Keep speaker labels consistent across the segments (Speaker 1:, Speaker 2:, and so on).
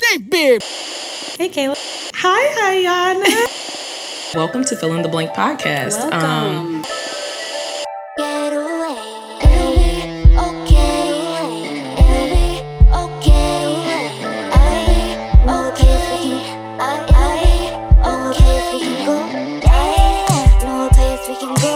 Speaker 1: big beard.
Speaker 2: Hey, Kayla. Hi, Ayan.
Speaker 3: Welcome to Fill in the Blank podcast. Um,
Speaker 2: Welcome.
Speaker 4: Get away. It'll be okay. It'll be okay. I'll be okay for you. I- I'll be okay if we can go. I know a place we can go.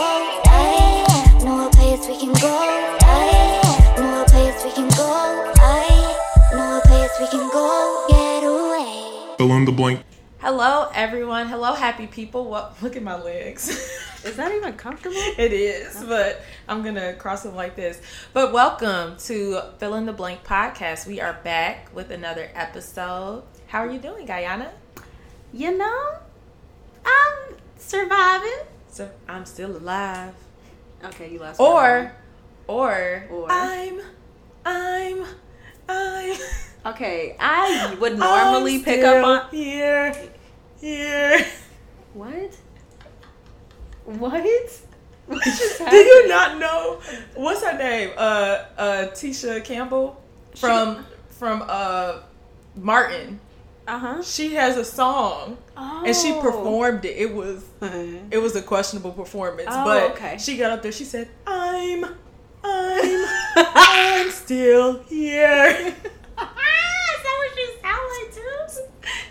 Speaker 4: I know a place we can go. I know a place we can go. I know a place we can go. Get away.
Speaker 5: Fill in the blank.
Speaker 6: Hello, everyone. Hello, happy people. What? Look at my legs.
Speaker 2: Is that even comfortable?
Speaker 6: it is, but I'm gonna cross them like this. But welcome to Fill in the Blank podcast. We are back with another episode. How are you doing, Guyana?
Speaker 2: You know, I'm surviving.
Speaker 6: So I'm still alive.
Speaker 2: Okay, you lost.
Speaker 6: Or, or,
Speaker 2: Um, Or.
Speaker 6: I'm, I'm, I'm.
Speaker 2: okay, I would normally pick up on
Speaker 6: here, here.
Speaker 2: what? What? What just
Speaker 6: Do
Speaker 2: happened?
Speaker 6: you not know what's her name? Uh, uh, Tisha Campbell from from uh Martin.
Speaker 2: Uh huh.
Speaker 6: She has a song
Speaker 2: Oh.
Speaker 6: and she performed it. It was it was a questionable performance,
Speaker 2: Oh,
Speaker 6: but
Speaker 2: okay.
Speaker 6: she got up there. She said, "I'm, I'm, I'm still here."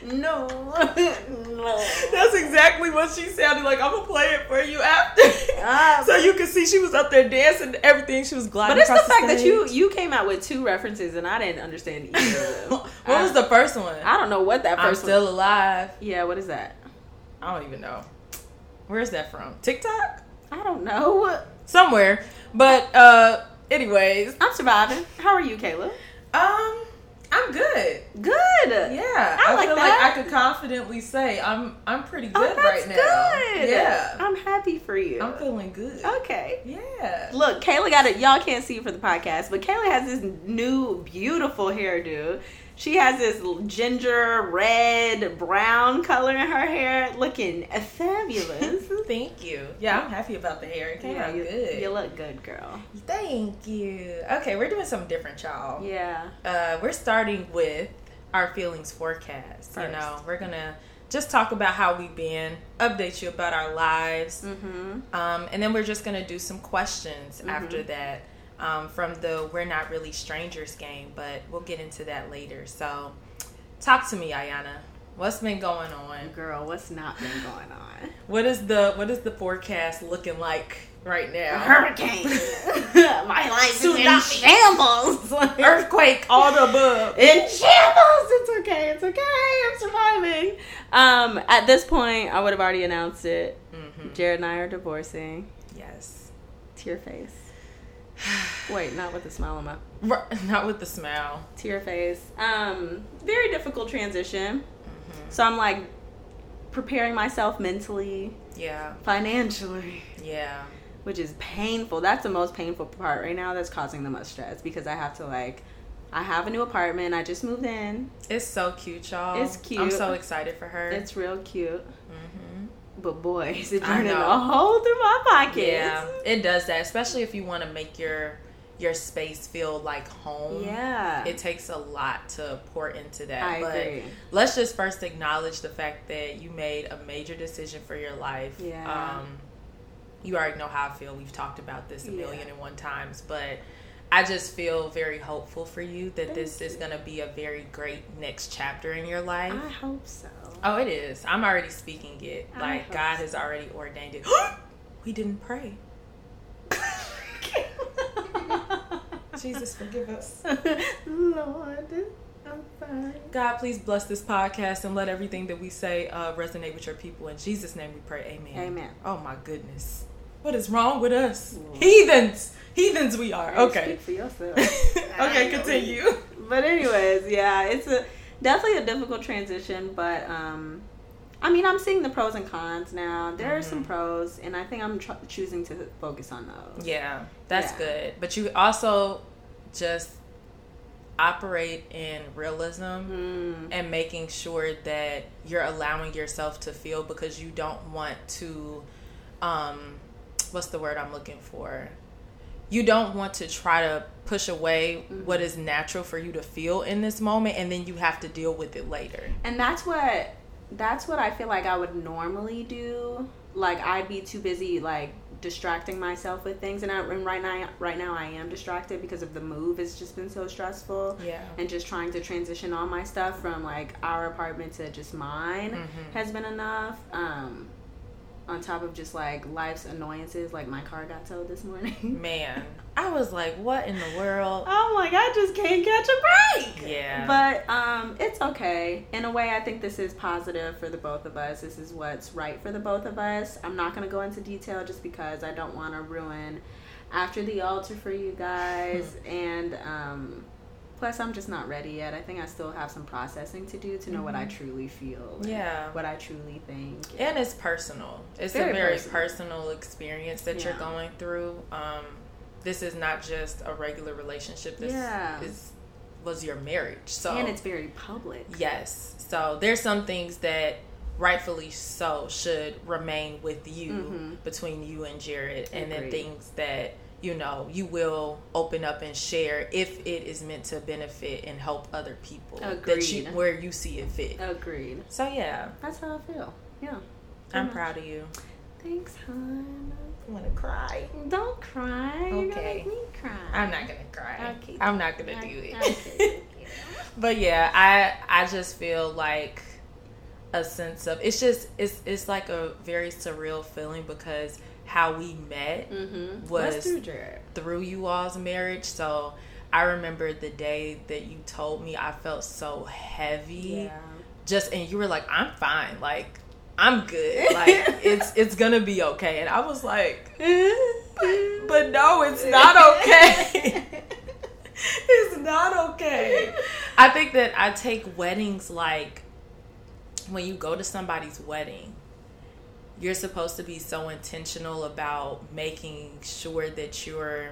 Speaker 2: No. no.
Speaker 6: That's exactly what she sounded like. I'm gonna play it for you after,
Speaker 2: Ah.
Speaker 6: so you can see she was up there dancing. Everything she was gliding.
Speaker 2: But it's the
Speaker 6: across
Speaker 2: fact that
Speaker 6: stage.
Speaker 2: you you came out with two references and I didn't understand either of them.
Speaker 6: what was the first one?
Speaker 2: I don't know what that
Speaker 6: I'm
Speaker 2: first
Speaker 6: still alive.
Speaker 2: Yeah, what is that?
Speaker 6: I don't even know. Where's that from? TikTok?
Speaker 2: I don't know.
Speaker 6: Somewhere. But uh anyways,
Speaker 2: I'm surviving. How are you, Kayla?
Speaker 6: um I'm good.
Speaker 2: Good.
Speaker 6: Yeah.
Speaker 2: I
Speaker 6: I,
Speaker 2: like
Speaker 6: feel
Speaker 2: that.
Speaker 6: like I could confidently say I'm I'm pretty
Speaker 2: Oh,
Speaker 6: good
Speaker 2: that's
Speaker 6: right now.
Speaker 2: good. Oh.
Speaker 6: Yeah.
Speaker 2: I'm happy for you.
Speaker 6: I'm feeling good.
Speaker 2: okay.
Speaker 6: Yeah.
Speaker 2: Look, Kayla got it. Y'all can't see it for the podcast, but Kayla has this new beautiful hairdo. She has this ginger, red, brown color in her hair, looking fabulous.
Speaker 6: Thank you. Yeah, I'm happy about the hair. It came
Speaker 2: Yeah,
Speaker 6: out
Speaker 2: you,
Speaker 6: good.
Speaker 2: you look good, girl.
Speaker 6: Thank you. Okay, we're doing something different, y'all.
Speaker 2: Yeah.
Speaker 6: uh, we're starting with our feelings forecast. You
Speaker 2: First.
Speaker 6: know, we're gonna just talk about how we've been, update you about our lives,
Speaker 2: Mm-hmm.
Speaker 6: um, and then we're just gonna do some questions after that um, from the "We're Not Really Strangers" game. But we'll get into that later. So, talk to me, Ayana. What's been going on?
Speaker 2: Girl, what's not been going on?
Speaker 6: What is the what is the forecast looking like right now?
Speaker 2: Hurricane. My life is in shambles.
Speaker 6: Earthquake, all the above.
Speaker 2: in shambles. It's okay. It's okay. I'm surviving. Um, at this point, I would have already announced it. Jared and I are divorcing.
Speaker 6: Mm-hmm. Yes,
Speaker 2: To your face. Wait, not with a smile on my.
Speaker 6: R- not with the smile.
Speaker 2: To your face. Um, very difficult transition. So I'm like preparing myself mentally,
Speaker 6: Yeah,
Speaker 2: financially,
Speaker 6: yeah.
Speaker 2: which is painful. That's the most painful part right now. That's causing the most stress because I have to like. I have a new apartment. I just moved in.
Speaker 6: It's so cute, y'all.
Speaker 2: It's cute.
Speaker 6: I'm so excited for her.
Speaker 2: It's real cute. But boy, is it
Speaker 6: Mm-hmm. I
Speaker 2: burning
Speaker 6: know.
Speaker 2: a hole through my pockets.
Speaker 6: yeah, it does that, especially if you want to make your your space feel like home.
Speaker 2: Yeah.
Speaker 6: It takes a lot to pour into that.
Speaker 2: I
Speaker 6: but
Speaker 2: agree.
Speaker 6: let's just first acknowledge the fact that you made a major decision for your life.
Speaker 2: Yeah.
Speaker 6: Um, you already know how I feel. We've talked about this a
Speaker 2: Yeah.
Speaker 6: million and one times, but I just feel very hopeful for you that this is going to be a very great next chapter in your life.
Speaker 2: I hope so.
Speaker 6: Oh, it is. I'm already speaking it.
Speaker 2: I
Speaker 6: Like
Speaker 2: hope
Speaker 6: God
Speaker 2: so.
Speaker 6: has already ordained it. we didn't pray. Jesus, forgive us.
Speaker 2: Lord, I'm fine.
Speaker 6: God, please bless this podcast and let everything that we say uh, resonate with your people. In Jesus' name, we pray. Amen.
Speaker 2: Amen. Mm.
Speaker 6: Oh my goodness, what is wrong with us? Heathens, heathens we are. Okay.
Speaker 2: Speak for yourself.
Speaker 6: okay, continue.
Speaker 2: but anyways, yeah, it's a definitely a difficult transition, but um I mean, I'm seeing the pros and cons now. There are
Speaker 6: Mm-hmm.
Speaker 2: some pros, and I think I'm tr- choosing to focus on those.
Speaker 6: Yeah, that's
Speaker 2: Yeah.
Speaker 6: good. But you also just operate in realism and making sure that you're allowing yourself to feel because you don't want to um what's the word I'm looking for? you don't want to try to push away what is natural for you to feel in this moment and then you have to deal with it later.
Speaker 2: And that's what that's what I feel like I would normally do. Like I'd be too busy like distracting myself with things, and, I, and right now, right now I am distracted because of the move. It's just been so stressful,
Speaker 6: Yeah.
Speaker 2: and just trying to transition all my stuff from like our apartment to just mine has been enough. Um, on top of just like life's annoyances, like my car got towed this
Speaker 6: Mm.
Speaker 2: morning.
Speaker 6: Man, I was like, what in the world?
Speaker 2: I'm like, I just can't catch a break.
Speaker 6: Yeah.
Speaker 2: But um, it's okay. In a way, I think this is positive for the both of us. This is what's right for the both of us. I'm not going to go into detail just because I don't want to ruin after the altar for you guys. and um, plus, I'm just not ready yet. I think I still have some processing to do to know what I truly feel. and
Speaker 6: Mm-hmm. Yeah.
Speaker 2: What I truly think.
Speaker 6: and it's personal. It's
Speaker 2: Very
Speaker 6: a very
Speaker 2: personal.
Speaker 6: personal, experience that
Speaker 2: Yeah.
Speaker 6: you're going through. Um, this is not just a regular relationship. This
Speaker 2: Yeah.
Speaker 6: is was your marriage. So
Speaker 2: And it's very public.
Speaker 6: yes. So there's some things that rightfully so should remain with you
Speaker 2: Mhm.
Speaker 6: between you and Jared, and then
Speaker 2: Agreed.
Speaker 6: things that you know you will open up and share if it is meant to benefit and help other people that you
Speaker 2: Agreed. Uh,
Speaker 6: where you see it fit.
Speaker 2: Agreed.
Speaker 6: So yeah,
Speaker 2: That's how I feel. Yeah.
Speaker 6: I'm
Speaker 2: much.
Speaker 6: proud of you.
Speaker 2: Thanks, hon.
Speaker 6: I want to cry.
Speaker 2: Don't cry. You're gonna
Speaker 6: Okay.
Speaker 2: make me cry.
Speaker 6: I'm not gonna cry.
Speaker 2: Okay.
Speaker 6: I'm not gonna do
Speaker 2: Okay,
Speaker 6: it.
Speaker 2: okay, okay.
Speaker 6: but yeah, I I just feel like a sense of it's just it's it's like a very surreal feeling because how we met
Speaker 2: Mm-hmm.
Speaker 6: Was-
Speaker 2: Let's do Jared.
Speaker 6: through you all's marriage. So I remember the day that you told me I felt so heavy. Just and you were like, I'm fine. Like I'm good. Like it's it's gonna be okay. And I was like, but no, it's not okay. it's not okay. I think that I take weddings like when you go to somebody's wedding, you're supposed to be so intentional about making sure that you're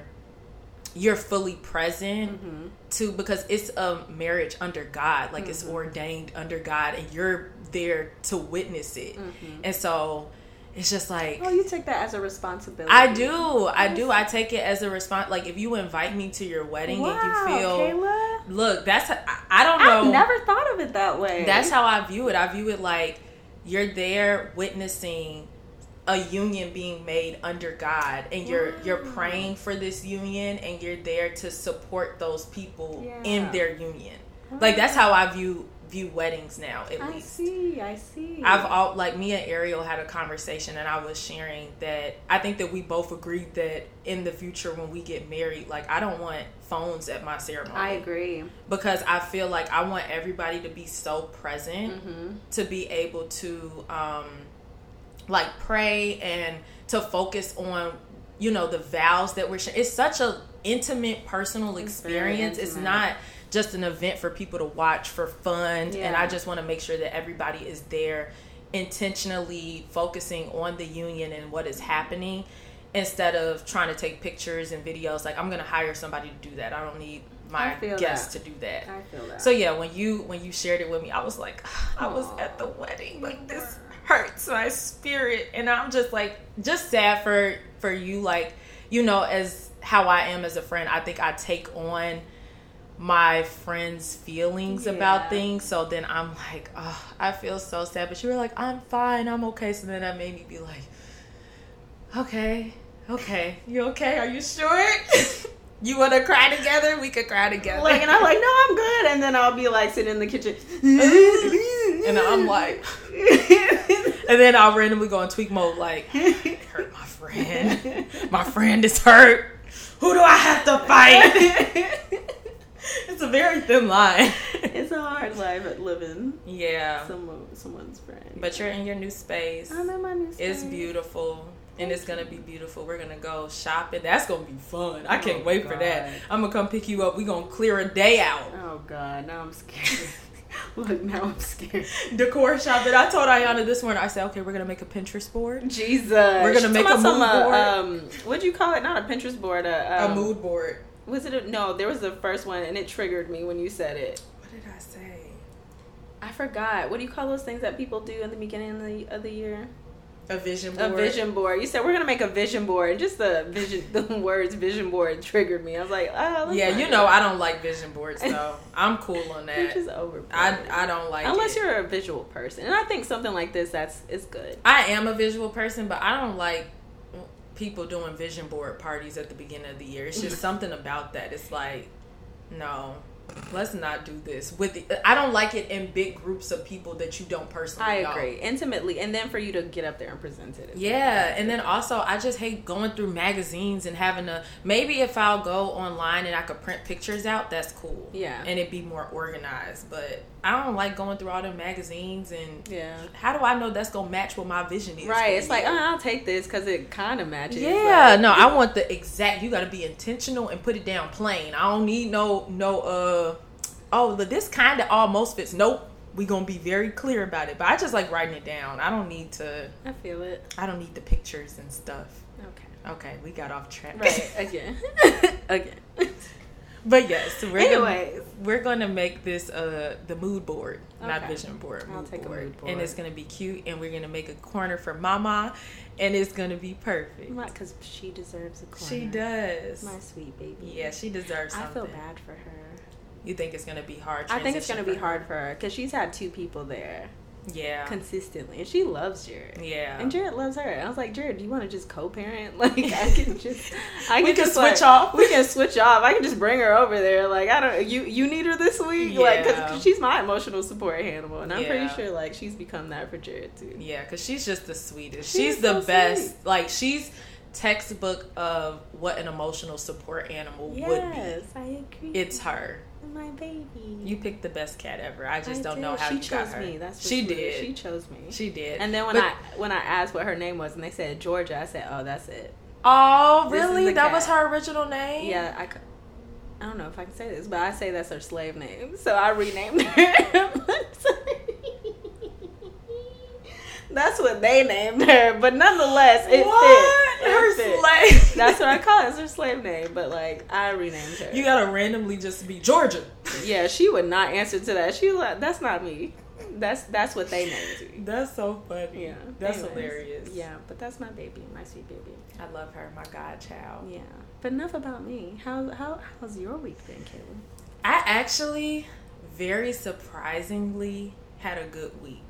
Speaker 6: you're fully present
Speaker 2: Mm-hmm.
Speaker 6: to because it's a marriage under God, like
Speaker 2: Mm-hmm.
Speaker 6: it's ordained under God and you're there to witness it. And so it's just like
Speaker 2: Mm-hmm. Oh, you take that as a responsibility.
Speaker 6: I do. I do. I take it as a response. Like if you invite me to your wedding
Speaker 2: Wow,
Speaker 6: and you feel,
Speaker 2: Kayla.
Speaker 6: look, that's I, I don't know.
Speaker 2: I've never thought of it that way.
Speaker 6: That's how I view it. I view it like you're there witnessing a union being made under God and you're you're
Speaker 2: Mm.
Speaker 6: praying for this union and you're there to support those people
Speaker 2: Yeah.
Speaker 6: in their union. Like that's how I view view weddings now at
Speaker 2: I
Speaker 6: least.
Speaker 2: see. I see.
Speaker 6: I've all like me and Ariel had a conversation, and I was sharing that I think that we both agreed that in the future when we get married, like I don't want phones at my ceremony
Speaker 2: I agree.
Speaker 6: because I feel like I want everybody to be so present
Speaker 2: Mm-hmm.
Speaker 6: to be able to um like pray and to focus on you know the vows that we're sharing. It's such a intimate personal
Speaker 2: It's very
Speaker 6: experience. It's
Speaker 2: intimate.
Speaker 6: not just an event for people to watch for fun and
Speaker 2: Yeah.
Speaker 6: I just want to make sure that everybody is there intentionally focusing on the union and what is happening instead of trying to take pictures and videos like I'm going to hire somebody to do that. I don't need
Speaker 2: I
Speaker 6: my
Speaker 2: feel
Speaker 6: guests
Speaker 2: that.
Speaker 6: to do that.
Speaker 2: I feel that.
Speaker 6: So yeah, when you when you shared it with me, I was like, I was
Speaker 2: Aw.
Speaker 6: at the wedding, like this hurts my spirit, and I'm just like, just sad for for you, like you know, as how I am as a friend, I think I take on my friends' feelings
Speaker 2: Yeah.
Speaker 6: about things, so then I'm like, oh, I feel so sad. But you were like, I'm fine, I'm okay. So then that made me be like, okay, okay, you okay? Are you sure? you want to cry together? We could cry together.
Speaker 2: like, and I'm like, no, I'm good. And then I'll be like sitting in the kitchen,
Speaker 6: And
Speaker 2: and
Speaker 6: I'm like, and then I'll randomly go in tweak mode, like, hurt my friend. My friend is hurt. Who do I have to fight? it's a very thin line.
Speaker 2: it's a hard life at living
Speaker 6: yeah.
Speaker 2: someone someone's friend.
Speaker 6: But you're in your new space.
Speaker 2: I'm in my new
Speaker 6: It's
Speaker 2: space.
Speaker 6: beautiful. And it's gonna be beautiful. We're gonna go shopping. That's gonna be fun. I can't
Speaker 2: Oh,
Speaker 6: wait for
Speaker 2: God.
Speaker 6: that. I'm gonna come pick you up. We're gonna clear a day out.
Speaker 2: Oh God, now I'm scared. Look, now I'm scared.
Speaker 6: Decor shopping. I told Ayana this morning, I said, okay, we're gonna make a Pinterest board.
Speaker 2: Jesus,
Speaker 6: We're gonna make a
Speaker 2: Talking about
Speaker 6: mood
Speaker 2: some,
Speaker 6: board.
Speaker 2: uh, Um, what'd you call it? Not a Pinterest board. A, um,
Speaker 6: a mood board.
Speaker 2: Was it? A, no, there was the first one, and it triggered me when you said it.
Speaker 6: What did I say?
Speaker 2: I forgot. What do you call those things that people do in the beginning of the, of the year?
Speaker 6: a vision
Speaker 2: A
Speaker 6: board.
Speaker 2: vision board. You said we're gonna make a vision board, and just the vision, the words "vision board" triggered me. I was like, oh, let's
Speaker 6: Yeah,
Speaker 2: not
Speaker 6: you
Speaker 2: do
Speaker 6: know
Speaker 2: that.
Speaker 6: I don't like vision boards though. I'm cool on
Speaker 2: You're
Speaker 6: that.
Speaker 2: just over.
Speaker 6: I I don't like
Speaker 2: Unless
Speaker 6: it.
Speaker 2: you're a visual person, and I think something like this, that's it's good.
Speaker 6: I am a visual person, but I don't like people doing vision board parties at the beginning of the year. It's just something about that. It's like, no, let's not do this. With the, I don't like it in big groups of people that you don't personally.
Speaker 2: I
Speaker 6: know.
Speaker 2: agree intimately, and then for you to get up there and present it. is-
Speaker 6: Yeah, and then also I just hate going through magazines and having to. Maybe if I'll go online and I could print pictures out, that's cool.
Speaker 2: Yeah.
Speaker 6: and it'd be more organized. But I don't like going through all the magazines and.
Speaker 2: yeah.
Speaker 6: How do I know that's gonna match what my vision is?
Speaker 2: Right,
Speaker 6: for
Speaker 2: it's
Speaker 6: the
Speaker 2: like
Speaker 6: year?
Speaker 2: oh, I'll take this because it kind of matches.
Speaker 6: Yeah,
Speaker 2: but-
Speaker 6: no, I want the exact. You got to be intentional and put it down plain. I don't need no no uh oh the, this kind of almost fits. Nope, we gonna be very clear about it. But I just like writing it down. I don't need to.
Speaker 2: I feel it.
Speaker 6: I don't need the pictures and stuff.
Speaker 2: Okay,
Speaker 6: Okay, we got off track.
Speaker 2: right again, again.
Speaker 6: but yes, we're
Speaker 2: Anyways,
Speaker 6: gonna, we're gonna make this uh the mood board, not
Speaker 2: Okay.
Speaker 6: vision board.
Speaker 2: I'll take a mood board.
Speaker 6: and it's gonna be cute. And we're gonna make a corner for Mama, and it's gonna be perfect.
Speaker 2: not because she deserves a corner.
Speaker 6: She does.
Speaker 2: my sweet baby.
Speaker 6: Yeah, she deserves
Speaker 2: I
Speaker 6: something.
Speaker 2: feel bad for her.
Speaker 6: You think it's gonna be hard?
Speaker 2: I think it's gonna
Speaker 6: transition
Speaker 2: be
Speaker 6: for her?
Speaker 2: hard for her because she's had two people there
Speaker 6: Yeah.
Speaker 2: consistently, and she loves Jared.
Speaker 6: yeah.
Speaker 2: And Jared loves her. I was like, Jared, do you want to just co-parent? Like, I can just, I
Speaker 6: We can
Speaker 2: just,
Speaker 6: switch
Speaker 2: like-
Speaker 6: off.
Speaker 2: We can switch off. I can just bring her over there. Like, I don't, you, you need her this week, like,
Speaker 6: Yeah.
Speaker 2: because she's my emotional support animal, and I'm pretty
Speaker 6: Yeah.
Speaker 2: sure like she's become that for Jared too.
Speaker 6: yeah, because she's just the sweetest.
Speaker 2: She's
Speaker 6: She's, the
Speaker 2: so
Speaker 6: best.
Speaker 2: sweet.
Speaker 6: Like she's textbook of what an emotional support animal would
Speaker 2: Yes, I agree.
Speaker 6: be. It's her.
Speaker 2: my baby.
Speaker 6: You picked the best cat ever. I just
Speaker 2: I
Speaker 6: don't
Speaker 2: did.
Speaker 6: know how
Speaker 2: she
Speaker 6: you
Speaker 2: chose
Speaker 6: got her.
Speaker 2: me. That's
Speaker 6: she
Speaker 2: what's weird.
Speaker 6: did.
Speaker 2: She
Speaker 6: She,
Speaker 2: chose me.
Speaker 6: did.
Speaker 2: And then when
Speaker 6: But-
Speaker 2: I when I asked what her name was, and they said Georgia, I said, "Oh, that's it."
Speaker 6: oh
Speaker 2: This is
Speaker 6: really?
Speaker 2: the
Speaker 6: That was
Speaker 2: cat.
Speaker 6: her original name.
Speaker 2: Yeah, I, c- I don't know if I can say this, but I say that's her slave name, so I renamed her. that's what they named her, but nonetheless, it
Speaker 6: what?
Speaker 2: fit. It
Speaker 6: her
Speaker 2: fit.
Speaker 6: slave.
Speaker 2: That's what I call it. It's her slave name, but like I renamed her.
Speaker 6: You gotta randomly just be Georgia.
Speaker 2: yeah, she would not answer to that. She was like, that's not me. That's that's what they named me.
Speaker 6: That's so funny.
Speaker 2: Yeah,
Speaker 6: That's
Speaker 2: Anyways,
Speaker 6: hilarious.
Speaker 2: Yeah, but that's my baby, my sweet baby.
Speaker 6: I love her, my godchild.
Speaker 2: Yeah, but enough about me. How how how's your week been, Caitlin?
Speaker 6: I actually, very surprisingly, had a good week.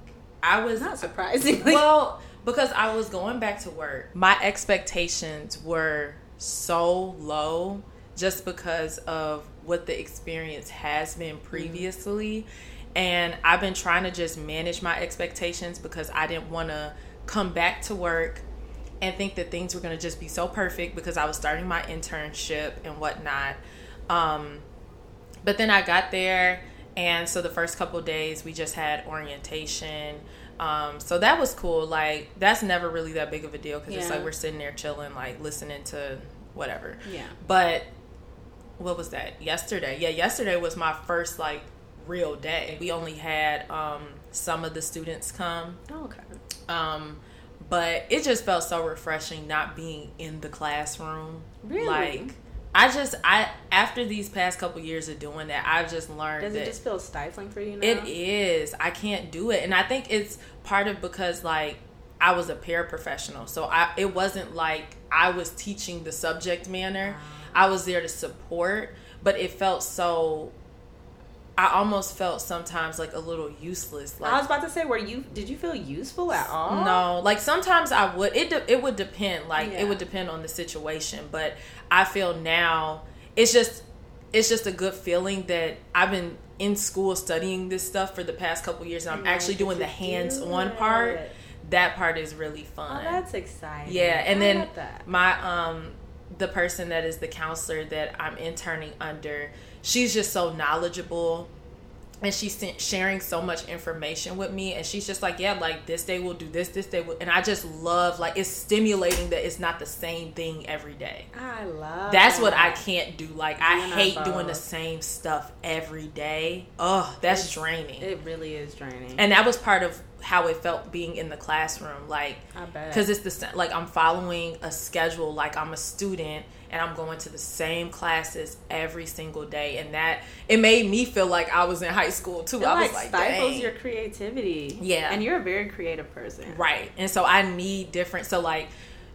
Speaker 6: I was
Speaker 2: Not surprisingly.
Speaker 6: well because I was going back to work. My expectations were so low just because of what the experience has been previously. And I've been trying to just manage my expectations because I didn't want to come back to work and think that things were going to just be so perfect because I was starting my internship and whatnot. Um, but then I got there, and so the first couple of days we just had orientation. Um, so that was cool. Like that's never really that big of a deal because it's
Speaker 2: Yeah.
Speaker 6: like we're sitting there chilling, like listening to whatever.
Speaker 2: yeah.
Speaker 6: But what was that? Yesterday. Yeah, yesterday was my first like real day. We only had um, some of the students come
Speaker 2: Oh, okay.
Speaker 6: um but it just felt so refreshing not being in the classroom
Speaker 2: Really?
Speaker 6: like i just i after these past couple years of doing that i've just learned
Speaker 2: Does
Speaker 6: that
Speaker 2: it just feel stifling for you now?
Speaker 6: it is i can't do it and i think it's part of because like i was a paraprofessional so i it wasn't like i was teaching the subject manner
Speaker 2: Ah.
Speaker 6: i was there to support but it felt so i almost felt sometimes like a little useless like
Speaker 2: I was about to say, were you? Did you feel useful at all?
Speaker 6: no, like sometimes I would. It de- it would depend. Like
Speaker 2: Yeah.
Speaker 6: it would depend on the situation. But I feel now it's just it's just a good feeling that I've been in school studying this stuff for the past couple years, and I'm actually doing the hands on part. That part is really
Speaker 2: Oh,
Speaker 6: fun.
Speaker 2: that's exciting.
Speaker 6: Yeah, and
Speaker 2: I
Speaker 6: then
Speaker 2: love that.
Speaker 6: my um the person that is the counselor that I'm interning under, she's just so knowledgeable and she's sen- sharing so much information with me and she's just like yeah like this day we'll do this this day will and i just love like it's stimulating that it's not the same thing every day
Speaker 2: I love.
Speaker 6: that's what i
Speaker 2: that.
Speaker 6: can't do like i
Speaker 2: Yeah,
Speaker 6: hate
Speaker 2: both.
Speaker 6: doing the same stuff every day ugh that's
Speaker 2: It's-
Speaker 6: draining
Speaker 2: It really is draining.
Speaker 6: Mm-hmm. and that was part of how it felt being in the classroom. Like,
Speaker 2: I bet.
Speaker 6: because it's the sa- like I'm following a schedule like I'm a student and I'm going to the same classes every single day and that it made me feel like I was in high school too.
Speaker 2: it
Speaker 6: I
Speaker 2: like
Speaker 6: was like
Speaker 2: stifles
Speaker 6: dang.
Speaker 2: your creativity.
Speaker 6: Yeah.
Speaker 2: and you're a very creative person.
Speaker 6: right. And so I need different so like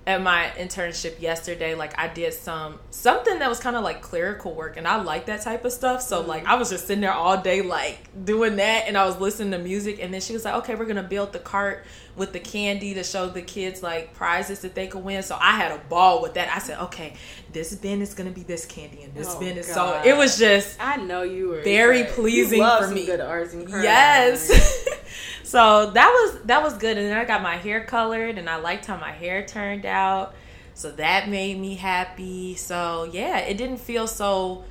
Speaker 6: at my internship yesterday like I did some something that was kind of like clerical work and I like that type of stuff. So
Speaker 2: Mm-hmm.
Speaker 6: like I was just sitting there all day like doing that and I was listening to music and then she was like, "Okay, we're going to build the cart with the candy to show the kids like prizes that they could win." So I had a ball with that. I said, "Okay, this bin is going to be this candy and this
Speaker 2: Oh,
Speaker 6: bin is
Speaker 2: God.
Speaker 6: so it was just
Speaker 2: I know you were
Speaker 6: Very
Speaker 2: you
Speaker 6: pleasing
Speaker 2: love
Speaker 6: for
Speaker 2: some
Speaker 6: me.
Speaker 2: Good arts and crafts.
Speaker 6: Yes. so that was that was good, and then I got my hair colored, and I liked how my hair turned out. So that made me happy. So yeah, it didn't feel so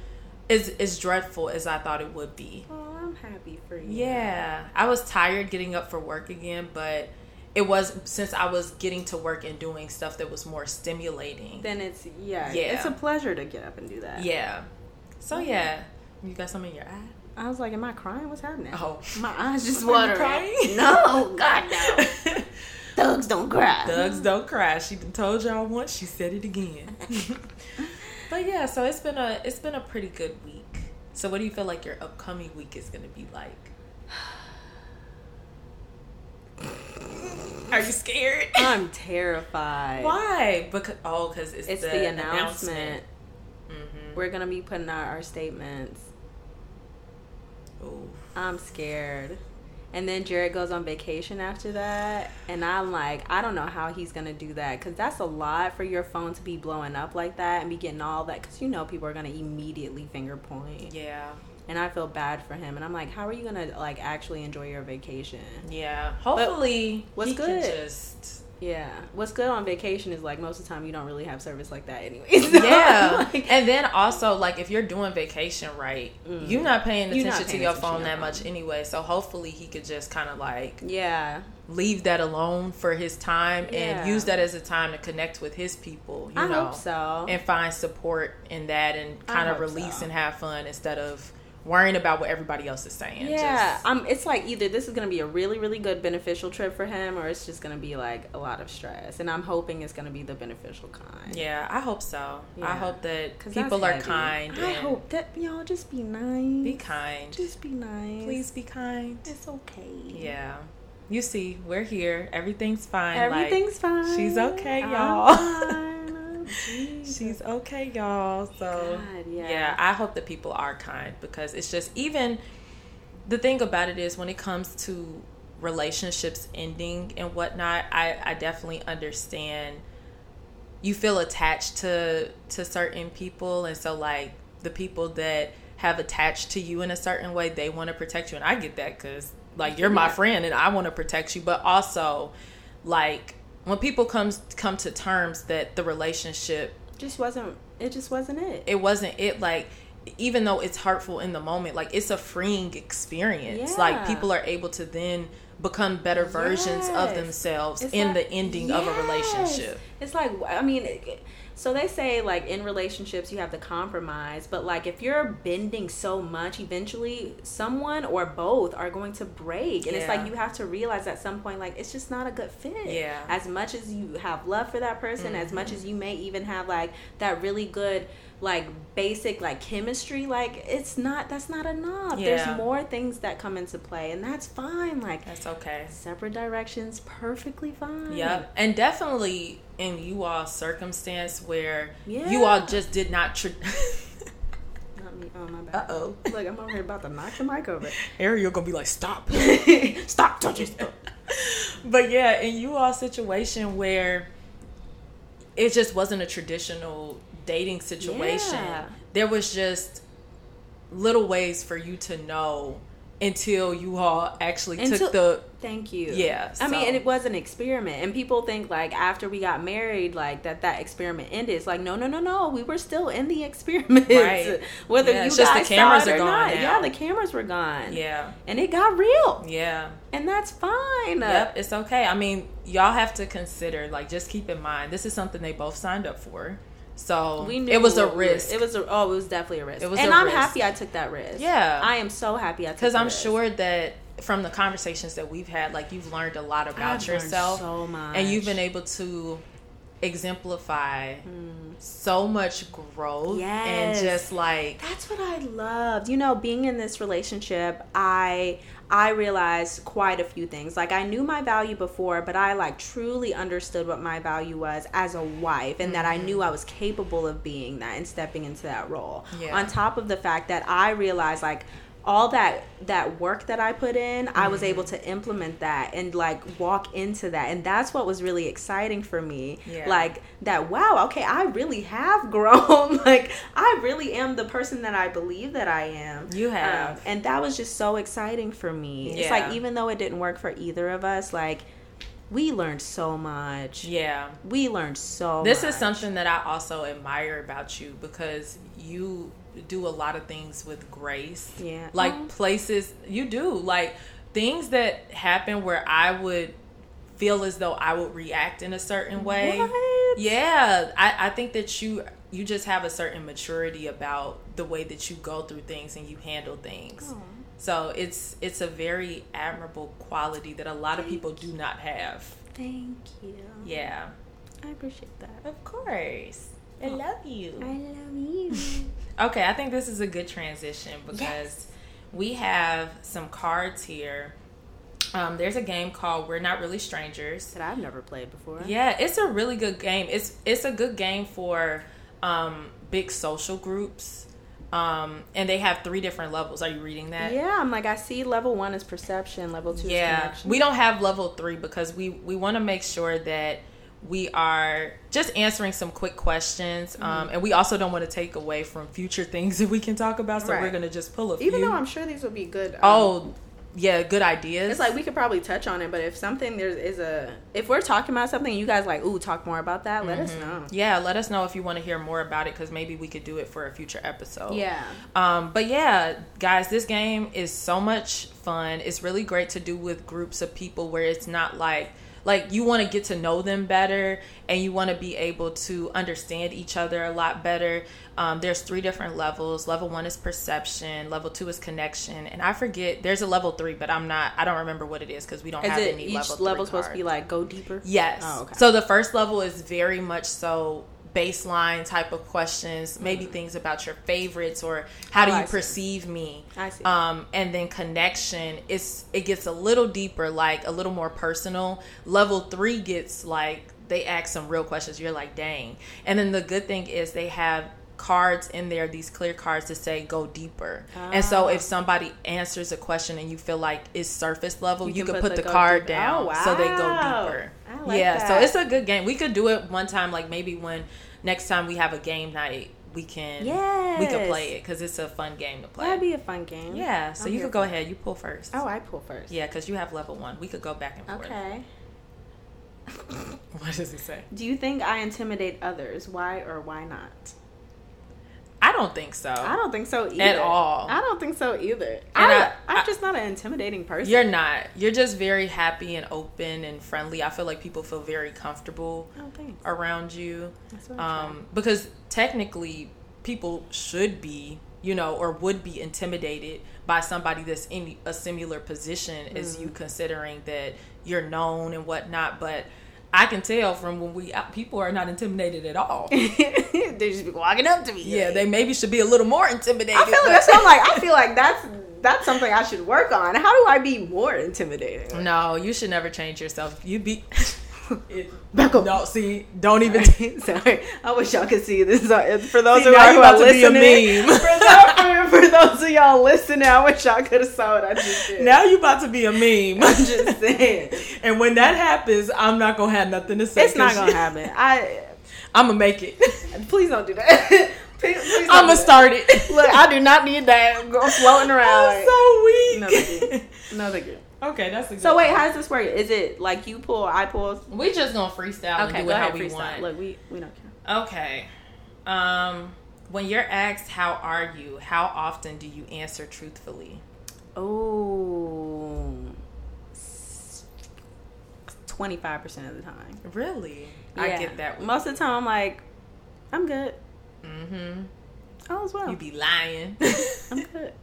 Speaker 6: as as dreadful as I thought it would be.
Speaker 2: Oh, I'm happy for you.
Speaker 6: Yeah, I was tired getting up for work again, but it was since I was getting to work and doing stuff that was more stimulating.
Speaker 2: Then it's yeah,
Speaker 6: Yeah.
Speaker 2: It's a pleasure to get up and do that.
Speaker 6: yeah. So yeah, you got something in your eye.
Speaker 2: I was like, am I crying? What's happening?
Speaker 6: Oh.
Speaker 2: My eyes just
Speaker 6: Were you
Speaker 2: watering.
Speaker 6: crying?
Speaker 2: No, God no. Thugs don't cry.
Speaker 6: Thugs don't cry. She done told y'all once. She said it again. but yeah, so it's been a it's been a pretty good week. So what do you feel like your upcoming week is gonna be like? Are you scared?
Speaker 2: I'm terrified.
Speaker 6: Why? Because oh, because it's,
Speaker 2: It's the, announcement. We're gonna be putting out our statements.
Speaker 6: hmm
Speaker 2: Mm. I'm scared. And then Jared goes on vacation after that, and I'm like, I don't know how he's gonna do that because that's a lot for your phone to be blowing up like that and be getting all that because you know people are gonna immediately finger point.
Speaker 6: Yeah,
Speaker 2: And I feel bad for him, and I'm like, how are you gonna like actually enjoy your vacation?
Speaker 6: yeah. Hopefully,
Speaker 2: what's
Speaker 6: he can
Speaker 2: good?
Speaker 6: just
Speaker 2: Yeah. What's good on vacation is like most of the time you don't really have service like that anyway. So,
Speaker 6: yeah
Speaker 2: like, Mm.
Speaker 6: and then also like if you're doing vacation right you're not paying
Speaker 2: You're
Speaker 6: attention
Speaker 2: not
Speaker 6: to
Speaker 2: paying
Speaker 6: your
Speaker 2: attention
Speaker 6: phone
Speaker 2: to
Speaker 6: that
Speaker 2: your
Speaker 6: much anyway so hopefully he could just kind of like
Speaker 2: yeah.
Speaker 6: leave that alone for his time
Speaker 2: Yeah.
Speaker 6: and use that as a time to connect with his people you
Speaker 2: I
Speaker 6: know
Speaker 2: hope so.
Speaker 6: and find support in that and
Speaker 2: I
Speaker 6: kind of
Speaker 2: hope
Speaker 6: release
Speaker 2: so.
Speaker 6: and have fun instead of worrying about what everybody else is saying
Speaker 2: yeah.
Speaker 6: Just-
Speaker 2: Um it's like either this is gonna be a really, really good beneficial trip for him or it's just gonna be like a lot of stress. And I'm hoping it's gonna be the beneficial kind.
Speaker 6: yeah i hope so i
Speaker 2: Yeah.
Speaker 6: hope that
Speaker 2: 'Cause that's
Speaker 6: people are
Speaker 2: heavy.
Speaker 6: kind
Speaker 2: I
Speaker 6: and
Speaker 2: hope that y'all just be nice.
Speaker 6: be kind
Speaker 2: Just be nice.
Speaker 6: please be kind
Speaker 2: It's okay.
Speaker 6: yeah you see we're here everything's fine like-
Speaker 2: Everything's fine.
Speaker 6: she's okay,
Speaker 2: I'm
Speaker 6: y'all.
Speaker 2: fine. Oh, Jesus.
Speaker 6: She's okay, y'all. So
Speaker 2: God,
Speaker 6: yeah.
Speaker 2: yeah.
Speaker 6: I hope that people are kind because it's just even the thing about it is when it comes to relationships ending and whatnot, I, I definitely understand you feel attached to to certain people and so like the people that have attached to you in a certain way they want to protect you and i get that because like you're my friend and i want to protect you but also like when people comes come to terms that the relationship
Speaker 2: Just wasn't it just wasn't it.
Speaker 6: it wasn't it like even though it's hurtful in the moment like it's a freeing experience
Speaker 2: Yeah.
Speaker 6: like people are able to then become better versions of
Speaker 2: Yes.
Speaker 6: themselves
Speaker 2: It's
Speaker 6: in
Speaker 2: like-
Speaker 6: the ending of a relationship
Speaker 2: Yes. It's like I mean, it- so they say like in relationships you have to compromise, but like if you're bending so much, eventually someone or both are going to break, and it's
Speaker 6: Yeah.
Speaker 2: like you have to realize at some point like it's just not a good fit.
Speaker 6: Yeah. Mm-hmm.
Speaker 2: As much as you have love for that person, as much as you may even have like that really good like basic like chemistry like it's not that's not enough
Speaker 6: Yeah.
Speaker 2: there's more things that come into play and that's fine like
Speaker 6: that's okay
Speaker 2: separate directions perfectly fine
Speaker 6: Yep. And definitely in you all circumstance where you all
Speaker 2: Yeah.
Speaker 6: just did not. Tra-
Speaker 2: Not me. Oh my bad.
Speaker 6: uh oh.
Speaker 2: Look, I'm over here about to knock the mic over.
Speaker 6: Ariel gonna be like, stop.
Speaker 2: Stop touching stuff.
Speaker 6: but yeah, in you all situation where it just wasn't a traditional dating situation.
Speaker 2: Yeah.
Speaker 6: There was just little ways for you to know until you all actually
Speaker 2: Until-
Speaker 6: took the
Speaker 2: Thank you.
Speaker 6: Yeah,
Speaker 2: I mean,
Speaker 6: so-
Speaker 2: and it was an experiment, and people think like after we got married, like that that experiment ended. It's like no, no, no, no. We were still in the experiment.
Speaker 6: Right.
Speaker 2: Whether
Speaker 6: Yeah,
Speaker 2: you
Speaker 6: it's
Speaker 2: guys
Speaker 6: just the
Speaker 2: cameras
Speaker 6: cameras are
Speaker 2: or
Speaker 6: gone
Speaker 2: not,
Speaker 6: now.
Speaker 2: yeah, the cameras were gone.
Speaker 6: yeah
Speaker 2: and it got real,
Speaker 6: yeah
Speaker 2: and that's fine.
Speaker 6: Yep, it's okay. I mean, y'all have to consider, like, just keep in mind, this is something they both signed up for. So
Speaker 2: We knew
Speaker 6: it was a
Speaker 2: what we-
Speaker 6: risk.
Speaker 2: It was a, oh, it was definitely a risk.
Speaker 6: It was
Speaker 2: and
Speaker 6: a
Speaker 2: I'm
Speaker 6: risk.
Speaker 2: happy I took that risk.
Speaker 6: Yeah.
Speaker 2: I am so happy I took.
Speaker 6: Because
Speaker 2: the
Speaker 6: I'm
Speaker 2: risk.
Speaker 6: sure that from the conversations that we've had, like you've learned a lot about
Speaker 2: I've learned
Speaker 6: yourself,
Speaker 2: so much.
Speaker 6: and you've been able to exemplify so much growth
Speaker 2: Yes.
Speaker 6: and just like
Speaker 2: That's what I loved. You know, being in this relationship, I I realized quite a few things. Like I knew my value before, but I like truly understood what my value was as a wife and that I knew I was capable of being that and stepping into that role.
Speaker 6: Yeah.
Speaker 2: On top of the fact that I realized like all that that work that I put in, I was able to implement that and like walk into that. And that's what was really exciting for me.
Speaker 6: Yeah.
Speaker 2: Like like that wow okay i really have grown like i really am the person that i believe that i am Um,
Speaker 6: You have.
Speaker 2: and that was just so exciting for me it's
Speaker 6: Yeah.
Speaker 2: like even though it didn't work for either of us like we learned so much
Speaker 6: yeah.
Speaker 2: we learned so
Speaker 6: This
Speaker 2: much.
Speaker 6: is something that I also admire about you because you do a lot of things with grace.
Speaker 2: Yeah. Uh-huh.
Speaker 6: Like places you do like things that happen where I would feel as though I would react in a certain way.
Speaker 2: Oh, What?
Speaker 6: Yeah, I, I think that you you just have a certain maturity about the way that you go through things and you handle things. So it's it's a very admirable quality that a lot of people do not have.
Speaker 2: thank you
Speaker 6: Yeah.
Speaker 2: i appreciate that
Speaker 6: Of course. I love
Speaker 2: i
Speaker 6: you.
Speaker 2: love you
Speaker 6: Okay, I think this is a good transition because we have some cards here. Um, there's a game called We're Not Really Strangers.
Speaker 2: that i've never played before
Speaker 6: Yeah, it's a really good game. It's it's a good game for um, big social groups, um, and they have three different levels. Are you reading that?
Speaker 2: yeah i'm like i see level one is perception level two is
Speaker 6: Yeah,
Speaker 2: connection
Speaker 6: we don't have level three because we we want to make sure that we are just answering some quick questions,
Speaker 2: Mm-hmm.
Speaker 6: um, and we also don't want to take away from future things that we can talk about. So we're
Speaker 2: Right.
Speaker 6: gonna just pull a few.
Speaker 2: even though i'm sure these would be good um,
Speaker 6: oh, yeah, good ideas.
Speaker 2: It's like we could probably touch on it, but if something there is a if we're talking about something, you guys like ooh talk more about that. Let
Speaker 6: Mm-hmm.
Speaker 2: us know.
Speaker 6: yeah, let us know if you want to hear more about it because maybe we could do it for a future episode.
Speaker 2: Yeah,
Speaker 6: Um, but yeah, guys, this game is so much fun. It's really great to do with groups of people where it's not like like you want to get to know them better and you want to be able to understand each other a lot better. Um, there's three different levels. Level one is perception. Level two is connection. And I forget there's a level three, but I'm not. I don't remember what it is because we don't
Speaker 2: is
Speaker 6: have
Speaker 2: it
Speaker 6: any
Speaker 2: each
Speaker 6: level.
Speaker 2: level,
Speaker 6: three
Speaker 2: supposed to
Speaker 6: cards.
Speaker 2: be like go deeper?
Speaker 6: Yes.
Speaker 2: Oh, okay.
Speaker 6: So the first level is very much so baseline type of questions, maybe things about your favorites or how do
Speaker 2: Mm-hmm. Oh,
Speaker 6: you
Speaker 2: I see.
Speaker 6: perceive me.
Speaker 2: I see.
Speaker 6: Um, and then connection is it gets a little deeper, like a little more personal. Level three gets like they ask some real questions. You're like, dang. And then the good thing is they have cards in there these clear cards to say go deeper and
Speaker 2: Ah.
Speaker 6: so if somebody answers a question and you feel like it's surface level you, can, put, the,
Speaker 2: go
Speaker 6: card
Speaker 2: deeper.
Speaker 6: down
Speaker 2: Oh,
Speaker 6: so they
Speaker 2: wow.
Speaker 6: go deeper
Speaker 2: I like
Speaker 6: yeah so
Speaker 2: that.
Speaker 6: it's a good game we could do it one time like maybe when next time we have a game night we can we could
Speaker 2: Yes.
Speaker 6: play it because it's a fun game to play
Speaker 2: that'd be a fun game.
Speaker 6: yeah, so
Speaker 2: I'm
Speaker 6: you
Speaker 2: here
Speaker 6: could go
Speaker 2: for it.
Speaker 6: ahead. You pull first.
Speaker 2: Oh, I pull first.
Speaker 6: yeah, because you have level one. We could go back and forth.
Speaker 2: Okay.
Speaker 6: What does it say?
Speaker 2: Do you think I intimidate others? Why or why not?
Speaker 6: I don't think so.
Speaker 2: I don't think so either.
Speaker 6: all.
Speaker 2: I don't think so either.
Speaker 6: I-
Speaker 2: I, I,
Speaker 6: I-
Speaker 2: am just not an intimidating person.
Speaker 6: You're not. You're just very happy and open and friendly. I feel like people feel very comfortable
Speaker 2: Oh, thanks.
Speaker 6: around you.
Speaker 2: That's what I'm
Speaker 6: Um, because technically, people should be, you know, or would be intimidated by somebody that's in a similar position as
Speaker 2: Mm-hmm.
Speaker 6: you, considering that you're known and whatnot. But I can tell from when we uh, people are not intimidated at all.
Speaker 2: trying. they just be walking up to me.
Speaker 6: Yeah, they maybe should be a little more intimidated.
Speaker 2: I feel
Speaker 6: but-
Speaker 2: like that's what I'm like. I feel like that's that's something I should work on. How do I be more intimidating?
Speaker 6: No, you should never change yourself. You be
Speaker 2: Back up.
Speaker 6: No, see, don't even.
Speaker 2: Sorry, I wish y'all could see this. For those
Speaker 6: See,
Speaker 2: of
Speaker 6: now
Speaker 2: y'all
Speaker 6: you
Speaker 2: who
Speaker 6: about
Speaker 2: are
Speaker 6: to be a
Speaker 2: listening,
Speaker 6: meme.
Speaker 2: For, those, for those of y'all listening, I wish y'all could have saw what I just did.
Speaker 6: Now you about to be a meme.
Speaker 2: I'm just saying,
Speaker 6: and when that happens, I'm not gonna have nothing to say.
Speaker 2: it's not
Speaker 6: 'cause
Speaker 2: gonna
Speaker 6: you-
Speaker 2: happen. I
Speaker 6: I'm gonna make it.
Speaker 2: please don't do that. please, please don't
Speaker 6: I'm
Speaker 2: do
Speaker 6: gonna
Speaker 2: that.
Speaker 6: start it.
Speaker 2: Look, I do not need that. I'm going floating around.
Speaker 6: I'm so weak.
Speaker 2: No, thank no, thank you.
Speaker 6: okay, that's a good.
Speaker 2: So wait, how does this work? Is it like you pull, I pull?
Speaker 6: we just gonna freestyle and do it how we want.
Speaker 2: Look, we we don't care.
Speaker 6: Okay. Um, when you're asked how are you, how often do you answer truthfully?
Speaker 2: Oh. 25% of the time.
Speaker 6: Really, I
Speaker 2: Yeah.
Speaker 6: get that.
Speaker 2: Most of the time, I'm like, I'm good.
Speaker 6: Mm-hmm.
Speaker 2: All is well.
Speaker 6: You be lying.
Speaker 2: I'm good.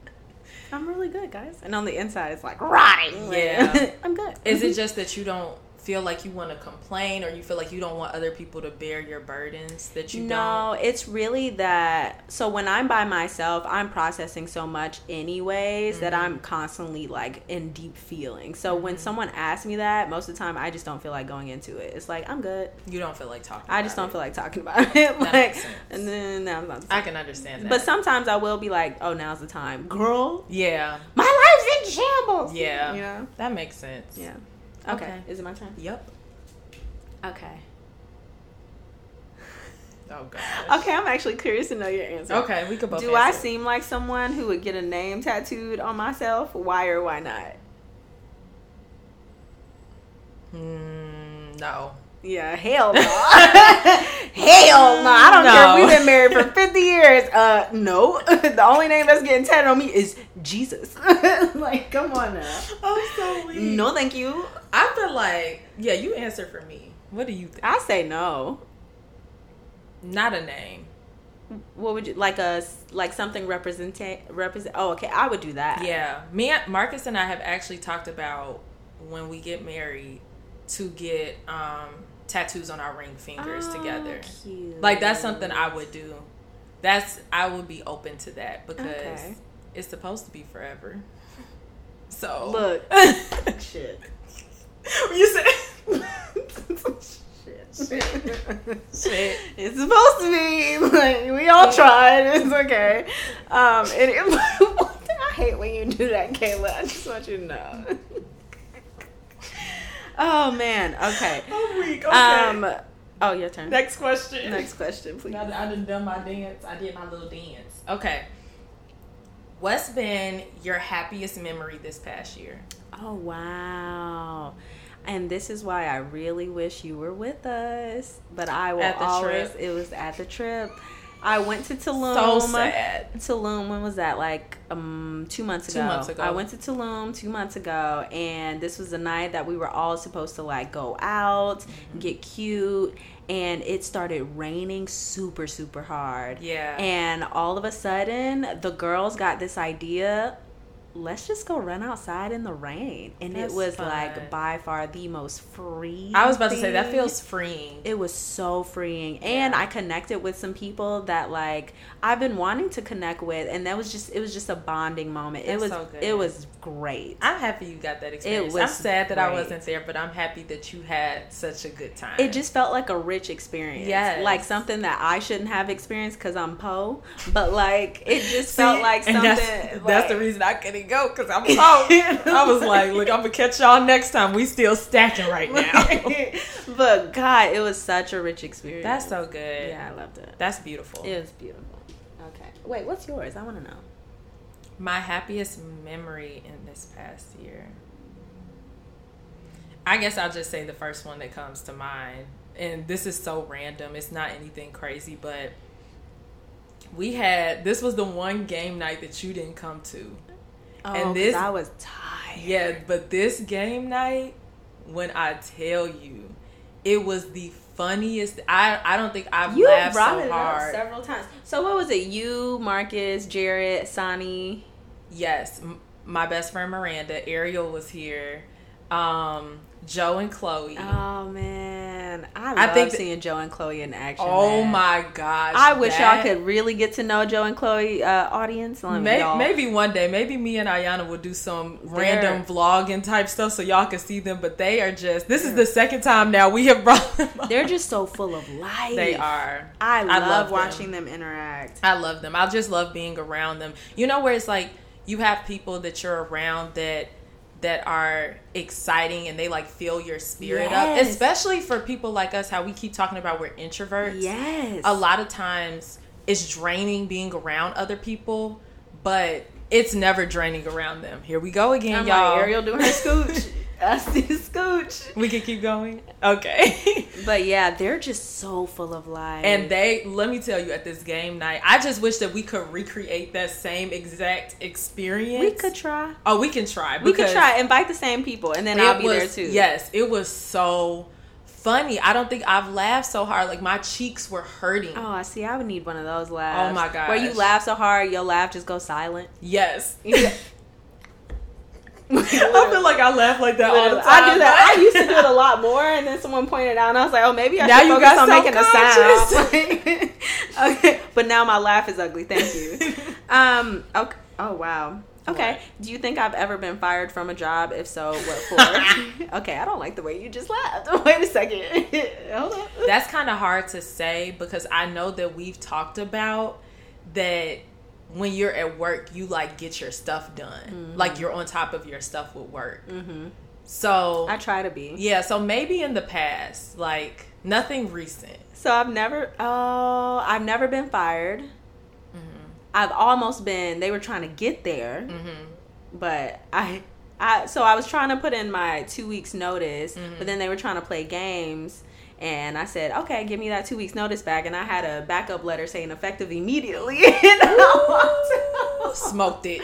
Speaker 2: I'm really good, guys. And on the inside, it's like rotting. Like,
Speaker 6: Yeah.
Speaker 2: I'm good. Mm-hmm.
Speaker 6: Is it just that you don't feel like you want to complain or you feel like you don't want other people to bear your burdens that you
Speaker 2: no, it's really that. So when I'm by myself, I'm processing so much, anyways, that
Speaker 6: Mm-hmm.
Speaker 2: I'm constantly like in deep feeling. So when someone asks me that, most of the time I just don't feel like going into it. It's like I'm good.
Speaker 6: don't you don't feel like talking?
Speaker 2: I just don't
Speaker 6: about
Speaker 2: feel like talking about it. like,
Speaker 6: makes sense.
Speaker 2: and then no, I'm not.
Speaker 6: it. I can understand that.
Speaker 2: But sometimes I will be like, "Oh, now's the time, girl.
Speaker 6: yeah,
Speaker 2: My life's in shambles."
Speaker 6: Yeah.
Speaker 2: you know,
Speaker 6: that makes sense.
Speaker 2: yeah. Okay.
Speaker 6: Okay.
Speaker 2: is it my turn?
Speaker 6: Yep.
Speaker 2: Okay.
Speaker 6: Oh god.
Speaker 2: Okay, I'm actually curious to know your answer.
Speaker 6: Okay, we could both.
Speaker 2: Do I
Speaker 6: answer.
Speaker 2: seem like someone who would get a name tattooed on myself? Why or why not?
Speaker 6: Mm, no.
Speaker 2: Yeah, hell no. hell no. I don't care if
Speaker 6: No.
Speaker 2: we've been married for 50 years. Uh, no. the only name that's getting tatted on me is Jesus. like, come on now.
Speaker 6: Oh, so
Speaker 2: No, thank you.
Speaker 6: I feel like yeah. You answer for me. What do you think?
Speaker 2: I say no.
Speaker 6: Not a name.
Speaker 2: What would you like a like something represent represent? Oh, okay, I would do that.
Speaker 6: Yeah, me, Marcus, and I have actually talked about when we get married to get um, tattoos on our ring fingers
Speaker 2: Oh,
Speaker 6: together.
Speaker 2: cute.
Speaker 6: Like that's something I would do. That's I would be open to that because
Speaker 2: Okay.
Speaker 6: it's supposed to be forever. So
Speaker 2: Look.
Speaker 6: you
Speaker 2: shit.
Speaker 6: said shit.
Speaker 2: It's supposed to be like we all tried. It's okay. Um, and it, I hate when you do that, Kayla. I just want you to know. oh man. Okay.
Speaker 6: I'm weak. Okay.
Speaker 2: Um. Oh, your turn.
Speaker 6: Next question.
Speaker 2: Next question, please.
Speaker 6: Now that I done done my dance, I did my little dance. Okay. What's been your happiest memory this past year?
Speaker 2: Oh wow. And this is why I really wish you were with us. But I will
Speaker 6: At the
Speaker 2: always
Speaker 6: trip.
Speaker 2: it was at the trip. I went to Tulum.
Speaker 6: So sad.
Speaker 2: Tulum, when was that? Like um, two months
Speaker 6: Two
Speaker 2: ago.
Speaker 6: months ago.
Speaker 2: I went to Tulum two months ago, and this was the night that we were all supposed to like go out,
Speaker 6: Mm-hmm.
Speaker 2: get cute, and it started raining super, super hard.
Speaker 6: Yeah.
Speaker 2: And all of a sudden, the girls got this idea let's just go run outside in the rain. And
Speaker 6: That's
Speaker 2: it was
Speaker 6: fun.
Speaker 2: like by far the most free.
Speaker 6: I was about to say that
Speaker 2: thing
Speaker 6: feels freeing.
Speaker 2: it was so freeing and i connected with some people that like i've been wanting to connect with and that was just it was just a bonding moment it
Speaker 6: That's
Speaker 2: was
Speaker 6: so good.
Speaker 2: it was great
Speaker 6: I'm happy you got that experience. I'm
Speaker 2: was
Speaker 6: sad that I
Speaker 2: great.
Speaker 6: wasn't there, but I'm happy that you had such a good time.
Speaker 2: it just felt like a rich experience
Speaker 6: Yes.
Speaker 2: like something that i shouldn't have experienced because i'm poe but like it just
Speaker 6: See?
Speaker 2: felt like
Speaker 6: And
Speaker 2: something
Speaker 6: That's, that's the
Speaker 2: like-
Speaker 6: reason I couldn't go because I'm out. I was like, look, I'm gonna catch y'all next time. We still stacking right now.
Speaker 2: but god it was such a rich experience
Speaker 6: that's so good.
Speaker 2: yeah i loved it
Speaker 6: That's beautiful.
Speaker 2: it was beautiful okay wait what's yours i want to know
Speaker 6: My happiest memory in this past year. I guess I'll just say the first one that comes to mind. And this is so random. It's not anything crazy, but we had this was the one game night that you didn't come to.
Speaker 2: oh,
Speaker 6: And
Speaker 2: 'cause
Speaker 6: this-
Speaker 2: i was tired
Speaker 6: Yeah, but this game night, when I tell you, it was the funniest. I I don't think I've
Speaker 2: You
Speaker 6: laughed
Speaker 2: brought
Speaker 6: so
Speaker 2: it up
Speaker 6: hard.
Speaker 2: several times. So what was it? You, Marcus, Jared, Sonny.
Speaker 6: Yes, m- my best friend Miranda, Ariel was here. Um, Joe and Chloe.
Speaker 2: Oh man, I,
Speaker 6: Mm-hmm. I
Speaker 2: love
Speaker 6: think that-
Speaker 2: seeing Joe and Chloe in action.
Speaker 6: oh
Speaker 2: man.
Speaker 6: my gosh!
Speaker 2: I wish
Speaker 6: that-
Speaker 2: y'all could really get to know Joe and Chloe uh, audience. Let me-
Speaker 6: May-
Speaker 2: y'all-
Speaker 6: maybe one day, maybe me and Ayana will do some random vlogging type stuff so y'all can see them. But they are just this is the second time now we have brought them. up.
Speaker 2: they're just so full of life.
Speaker 6: they are.
Speaker 2: I love,
Speaker 6: love them.
Speaker 2: watching them, interact.
Speaker 6: I love them. I just love being around them. You know where it's like you have people that you're around that that are exciting and they like fill your spirit up.
Speaker 2: Yes.
Speaker 6: Especially for people like us, how we keep talking about we're introverts.
Speaker 2: Yes,
Speaker 6: A lot of times it's draining being around other people, but it's never draining around them. Here we go again,
Speaker 2: I'm
Speaker 6: y'all.
Speaker 2: like Ariel doing her scooch. I see the scooch.
Speaker 6: we can keep going. Okay.
Speaker 2: But yeah, they're just so full of life.
Speaker 6: And they, let me tell you, at this game night, I just wish that we could recreate that same exact experience.
Speaker 2: we could try.
Speaker 6: Oh, we can try.
Speaker 2: We could
Speaker 6: because
Speaker 2: try. Invite the same people, and then
Speaker 6: it
Speaker 2: I'll be
Speaker 6: was-
Speaker 2: there too.
Speaker 6: Yes, it was so funny. I don't think I've laughed so hard. Like my cheeks were hurting.
Speaker 2: Oh, I see. I Oh would need one of those laughs.
Speaker 6: my
Speaker 2: Where you
Speaker 6: gosh.
Speaker 2: laugh so hard, your laugh just goes silent.
Speaker 6: Yes. I feel like I laugh like that all the time.
Speaker 2: I do that.
Speaker 6: but-
Speaker 2: I used to do it a lot more, and then someone pointed out, and I was like, "Oh, maybe I
Speaker 6: Now
Speaker 2: should
Speaker 6: you
Speaker 2: focus
Speaker 6: got
Speaker 2: on making a
Speaker 6: self-conscious.
Speaker 2: sound." okay, but now my laugh is ugly. Thank you. Um. Okay. Oh wow. Okay. Do you think I've ever been fired from a job? If so, what for? okay. I don't like the way you just laughed. Wait a second. Hold up.
Speaker 6: That's kind of hard to say because I know that we've talked about that when you're at work, you like get your stuff done.
Speaker 2: Mm-hmm.
Speaker 6: Like you're on top of your stuff with work.
Speaker 2: Mhm.
Speaker 6: So,
Speaker 2: I try to be.
Speaker 6: yeah, so maybe in the past, like nothing recent.
Speaker 2: So I've never. Oh, I've never been fired. I've almost been. They were trying to get there.
Speaker 6: Mm-hmm.
Speaker 2: but I, I so I was trying to put in my two weeks notice,
Speaker 6: Mm-hmm.
Speaker 2: but then they were trying to play games, and I said, okay, give me that two weeks notice back, and I had a backup letter saying effective immediately. and I walked out.
Speaker 6: Smoked it.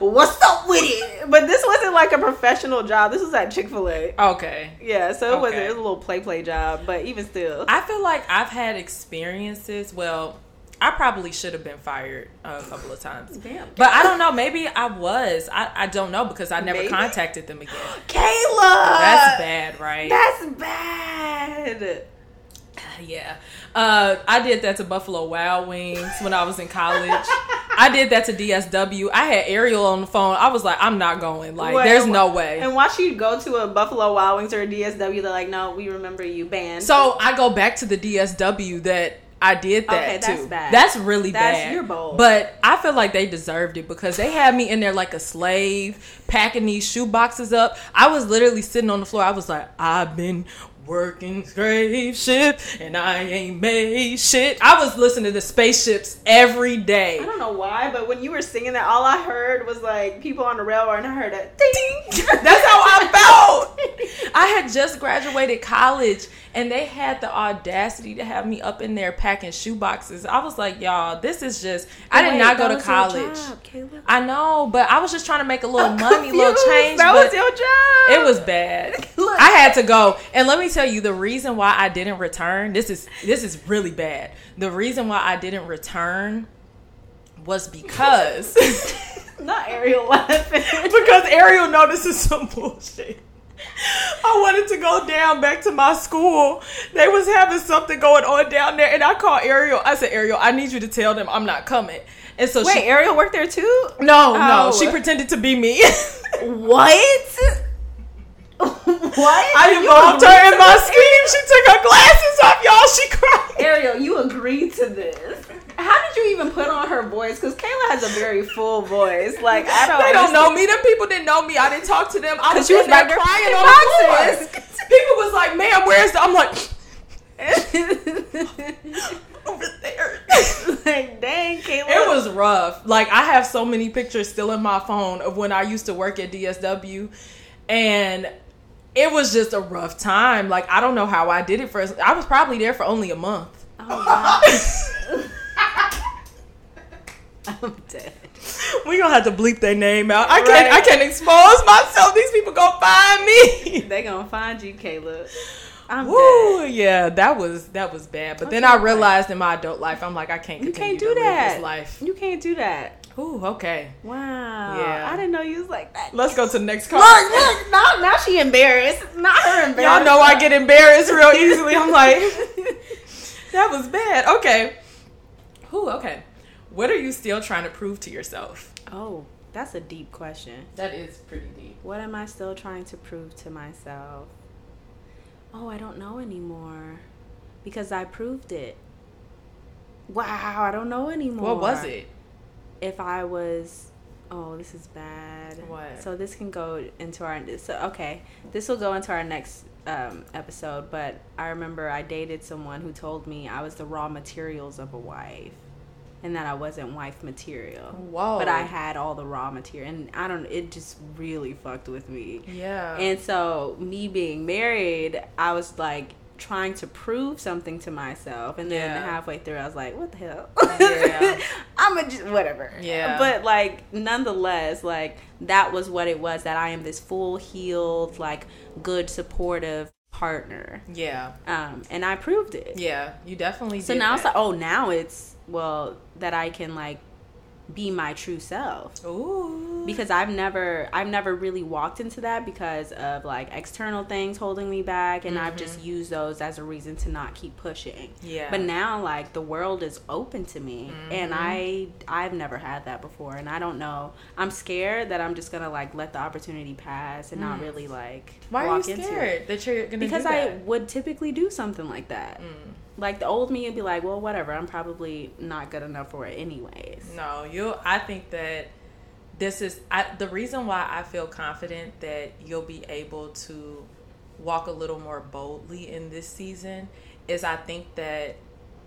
Speaker 2: What's up with it? But this wasn't like a professional job. This was at Chick Fil A.
Speaker 6: okay.
Speaker 2: Yeah, so it wasn't.
Speaker 6: Okay.
Speaker 2: It was a little play play job, but even still,
Speaker 6: I feel like I've had experiences. Well, I probably should have been fired uh, a couple of times.
Speaker 2: Damn.
Speaker 6: But I don't know. Maybe I was. I, I don't know because I never
Speaker 2: Maybe. Uh,
Speaker 6: contacted them again.
Speaker 2: Kayla,
Speaker 6: That's bad, right?
Speaker 2: That's bad.
Speaker 6: Yeah. Uh, I did that to Buffalo Wild Wings when I was in college. I did that to DSW. I had Ariel on the phone. I was like, I'm not going. Like,
Speaker 2: Wait,
Speaker 6: there's
Speaker 2: wh-
Speaker 6: no way.
Speaker 2: And watch you go to a Buffalo Wild Wings or a DSW, they're like, no, we remember you, banned.
Speaker 6: so I go back to the DSW that I did that
Speaker 2: Okay,
Speaker 6: to.
Speaker 2: that's bad.
Speaker 6: That's really
Speaker 2: That's-
Speaker 6: bad.
Speaker 2: you're bold.
Speaker 6: But I feel like they deserved it because they had me in there like a slave, packing these shoe boxes up. I was literally sitting on the floor. I was like, I've been working slave shift and I ain't made shit. I was listening to spaceships every day.
Speaker 2: I don't know why, but when you were singing that, all I heard was like people on the railroad, and I heard a ding.
Speaker 6: That's how I felt. I had just graduated college and they had the audacity to have me up in there packing shoe boxes. I was like, y'all, this is just I did
Speaker 2: Wait,
Speaker 6: not go
Speaker 2: that
Speaker 6: to
Speaker 2: was your
Speaker 6: college.
Speaker 2: job, Caleb.
Speaker 6: I know, but I was just trying to make a little money, little
Speaker 2: Confused.
Speaker 6: change.
Speaker 2: That
Speaker 6: but
Speaker 2: was your job.
Speaker 6: it was bad.
Speaker 2: Look.
Speaker 6: I had to go. And let me tell you the reason why I didn't return. This is this is really bad. The reason why I didn't return was because
Speaker 2: not Ariel laughing.
Speaker 6: because Ariel notices some bullshit. I wanted to go down back to my school. They was having something going on down there, and I called Ariel. I said, "Ariel, I need you to tell them I'm not coming." And so
Speaker 2: Wait,
Speaker 6: she,
Speaker 2: Ariel worked there too.
Speaker 6: no, no,
Speaker 2: Oh.
Speaker 6: she pretended to be me.
Speaker 2: What? what?
Speaker 6: I involved her in my scheme. She took her glasses off, y'all. She cried.
Speaker 2: Ariel, you agreed to this. How did you even put on her voice? Because Kayla has a very full voice. Like I don't.
Speaker 6: They don't
Speaker 2: understand.
Speaker 6: know me. Them people didn't know me. I didn't talk to them. I was
Speaker 2: she was
Speaker 6: in there
Speaker 2: back there
Speaker 6: crying
Speaker 2: packing
Speaker 6: on the
Speaker 2: boxes.
Speaker 6: floor. People was like, "Ma'am, where's the?" I'm like, "Over there."
Speaker 2: like, dang, Kayla.
Speaker 6: It was rough. Like I have so many pictures still in my phone of when I used to work at DSW and it was just a rough time. Like I don't know how I did it for I was probably there for only a month.
Speaker 2: Oh, wow. I'm dead.
Speaker 6: we gonna have to bleep their name out. I can't I
Speaker 2: Right.
Speaker 6: can't expose myself. These people gonna find me.
Speaker 2: They gonna find you, Caleb. I'm
Speaker 6: Woo,
Speaker 2: dead.
Speaker 6: yeah, that was that was bad. But then I realized in my adult life, I'm like, I can't
Speaker 2: You
Speaker 6: continue
Speaker 2: can't
Speaker 6: to
Speaker 2: do
Speaker 6: live
Speaker 2: that.
Speaker 6: this life.
Speaker 2: You can't do that.
Speaker 6: Ooh, okay.
Speaker 2: Wow.
Speaker 6: Yeah.
Speaker 2: I didn't know you was like that.
Speaker 6: Let's go to the next card.
Speaker 2: Look, look, now, now she embarrassed. Not her
Speaker 6: Y'all
Speaker 2: embarrassed.
Speaker 6: know I get embarrassed real easily. I'm like, that was bad. Okay. Who? Okay. What are you still trying to prove to yourself?
Speaker 2: Oh, that's a deep question.
Speaker 6: That is pretty deep.
Speaker 2: What am I still trying to prove to myself? Oh, I don't know anymore. Because I proved it. Wow, I don't know anymore.
Speaker 6: What was it?
Speaker 2: if I was oh this is bad
Speaker 6: What?
Speaker 2: so this can go into our so okay this will go into our next um, episode but I remember I dated someone who told me I was the raw materials of a wife and that I wasn't wife material
Speaker 6: Whoa.
Speaker 2: but I had all the raw material and I don't it just really fucked with me
Speaker 6: Yeah.
Speaker 2: and so, me being married, I was like trying to prove something to myself. And then
Speaker 6: Yeah.
Speaker 2: halfway through, I was like, what the hell?
Speaker 6: Yeah.
Speaker 2: I'm a j- whatever.
Speaker 6: Yeah.
Speaker 2: But like, nonetheless, like, that was what it was that I am this full healed, like, good, supportive partner.
Speaker 6: yeah.
Speaker 2: Um, and I proved it.
Speaker 6: Yeah. You definitely.
Speaker 2: So
Speaker 6: did
Speaker 2: now it's
Speaker 6: that.
Speaker 2: like, oh, now it's, well, that I can like be my true self
Speaker 6: Ooh.
Speaker 2: because I've never I've never really walked into that because of like external things holding me back and I've just used those as a reason to not keep pushing.
Speaker 6: Mm-hmm. Yeah. Mm-hmm.
Speaker 2: But now like the world is open to me and I I've never had that before and I don't know. I'm scared that I'm just going to like let the opportunity pass and not really
Speaker 6: Mm.
Speaker 2: like
Speaker 6: Why are you
Speaker 2: walk into it.
Speaker 6: scared that you're gonna
Speaker 2: Because
Speaker 6: do
Speaker 2: I
Speaker 6: that? Mm.
Speaker 2: would typically do something like that. Like the old me would be like, well, whatever. I'm probably not good enough for it, anyways.
Speaker 6: No, you. I think that this is I, the reason why I feel confident that you'll be able to walk a little more boldly in this season. Is I think that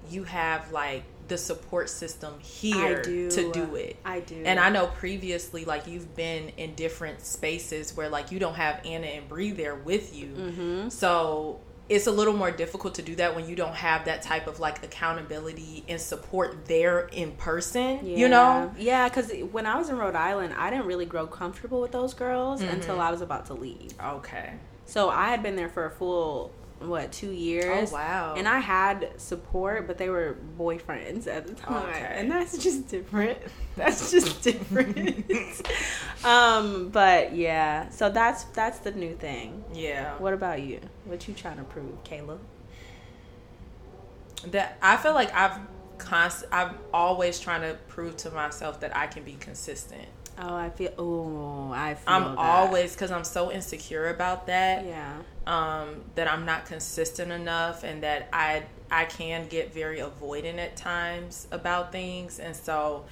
Speaker 6: you have like the support system here
Speaker 2: do.
Speaker 6: to do it.
Speaker 2: I do.
Speaker 6: And I know previously, like you've been in different spaces where like you don't have Anna and Bree there with you.
Speaker 2: Mm-hmm.
Speaker 6: So it's a little more difficult to do that when you don't have that type of like accountability and support there in person. You know?
Speaker 2: Yeah, because when I was in Rhode Island, I didn't really grow comfortable with those girls until I was about to leave.
Speaker 6: Okay.
Speaker 2: So I had been there for a full what two years?
Speaker 6: Oh, wow.
Speaker 2: And I had support, but they were boyfriends at the time,
Speaker 6: Okay.
Speaker 2: and that's just different. That's just different. um, but yeah, so that's that's the new thing.
Speaker 6: Yeah.
Speaker 2: What about you? What you trying to prove, Kayla?
Speaker 6: that I feel like I've constant. I'm always trying to prove to myself that I can be consistent.
Speaker 2: Oh, I feel. Oh, I feel.
Speaker 6: I'm
Speaker 2: that.
Speaker 6: always because I'm so insecure about that.
Speaker 2: Yeah.
Speaker 6: um, that I'm not consistent enough and that I I can get very avoidant at times about things and so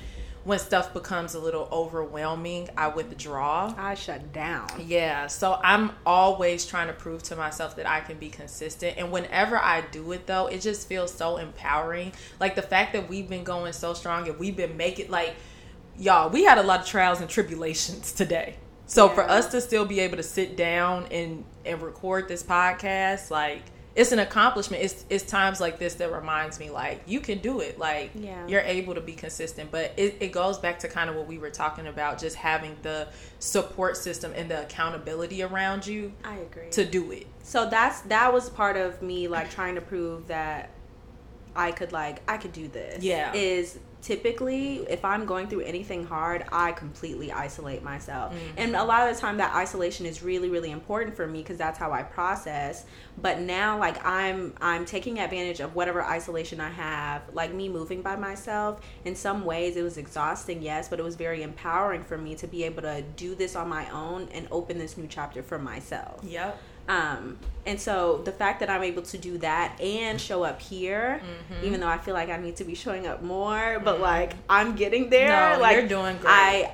Speaker 6: when stuff becomes a little overwhelming, I withdraw.
Speaker 2: I shut down.
Speaker 6: Yeah, so I'm always trying to prove to myself that I can be consistent. And whenever I do it, though, it just feels so empowering. Like the fact that we've been going so strong and we've been making, like, y'all, we had a lot of trials and tribulations today. So for
Speaker 2: Yeah.
Speaker 6: us to still be able to sit down and and record this podcast, like, it's an accomplishment. It's it's times like this that reminds me, like, you can do it. Like,
Speaker 2: Yeah.
Speaker 6: you're able to be consistent. But it, it goes back to kind of what we were talking about, just having the support system and the accountability around you
Speaker 2: I agree.
Speaker 6: to do it.
Speaker 2: so that's that was part of me like trying to prove that I could like I could do this.
Speaker 6: Yeah.
Speaker 2: Is typically if I'm going through anything hard, I completely isolate myself. And a lot of the time that isolation is really really important for me cuz that's how I process. But now like I'm I'm taking advantage of whatever isolation I have, like me moving by myself. In some ways it was exhausting, yes, but it was very empowering for me to be able to do this on my own and open this new chapter for myself.
Speaker 6: Yep.
Speaker 2: Um, and so the fact that I'm able to do that and show up here,
Speaker 6: Mm-hmm.
Speaker 2: even though I feel like I need to be showing up more, but like I'm getting there.
Speaker 6: No,
Speaker 2: like
Speaker 6: you're doing great.
Speaker 2: I,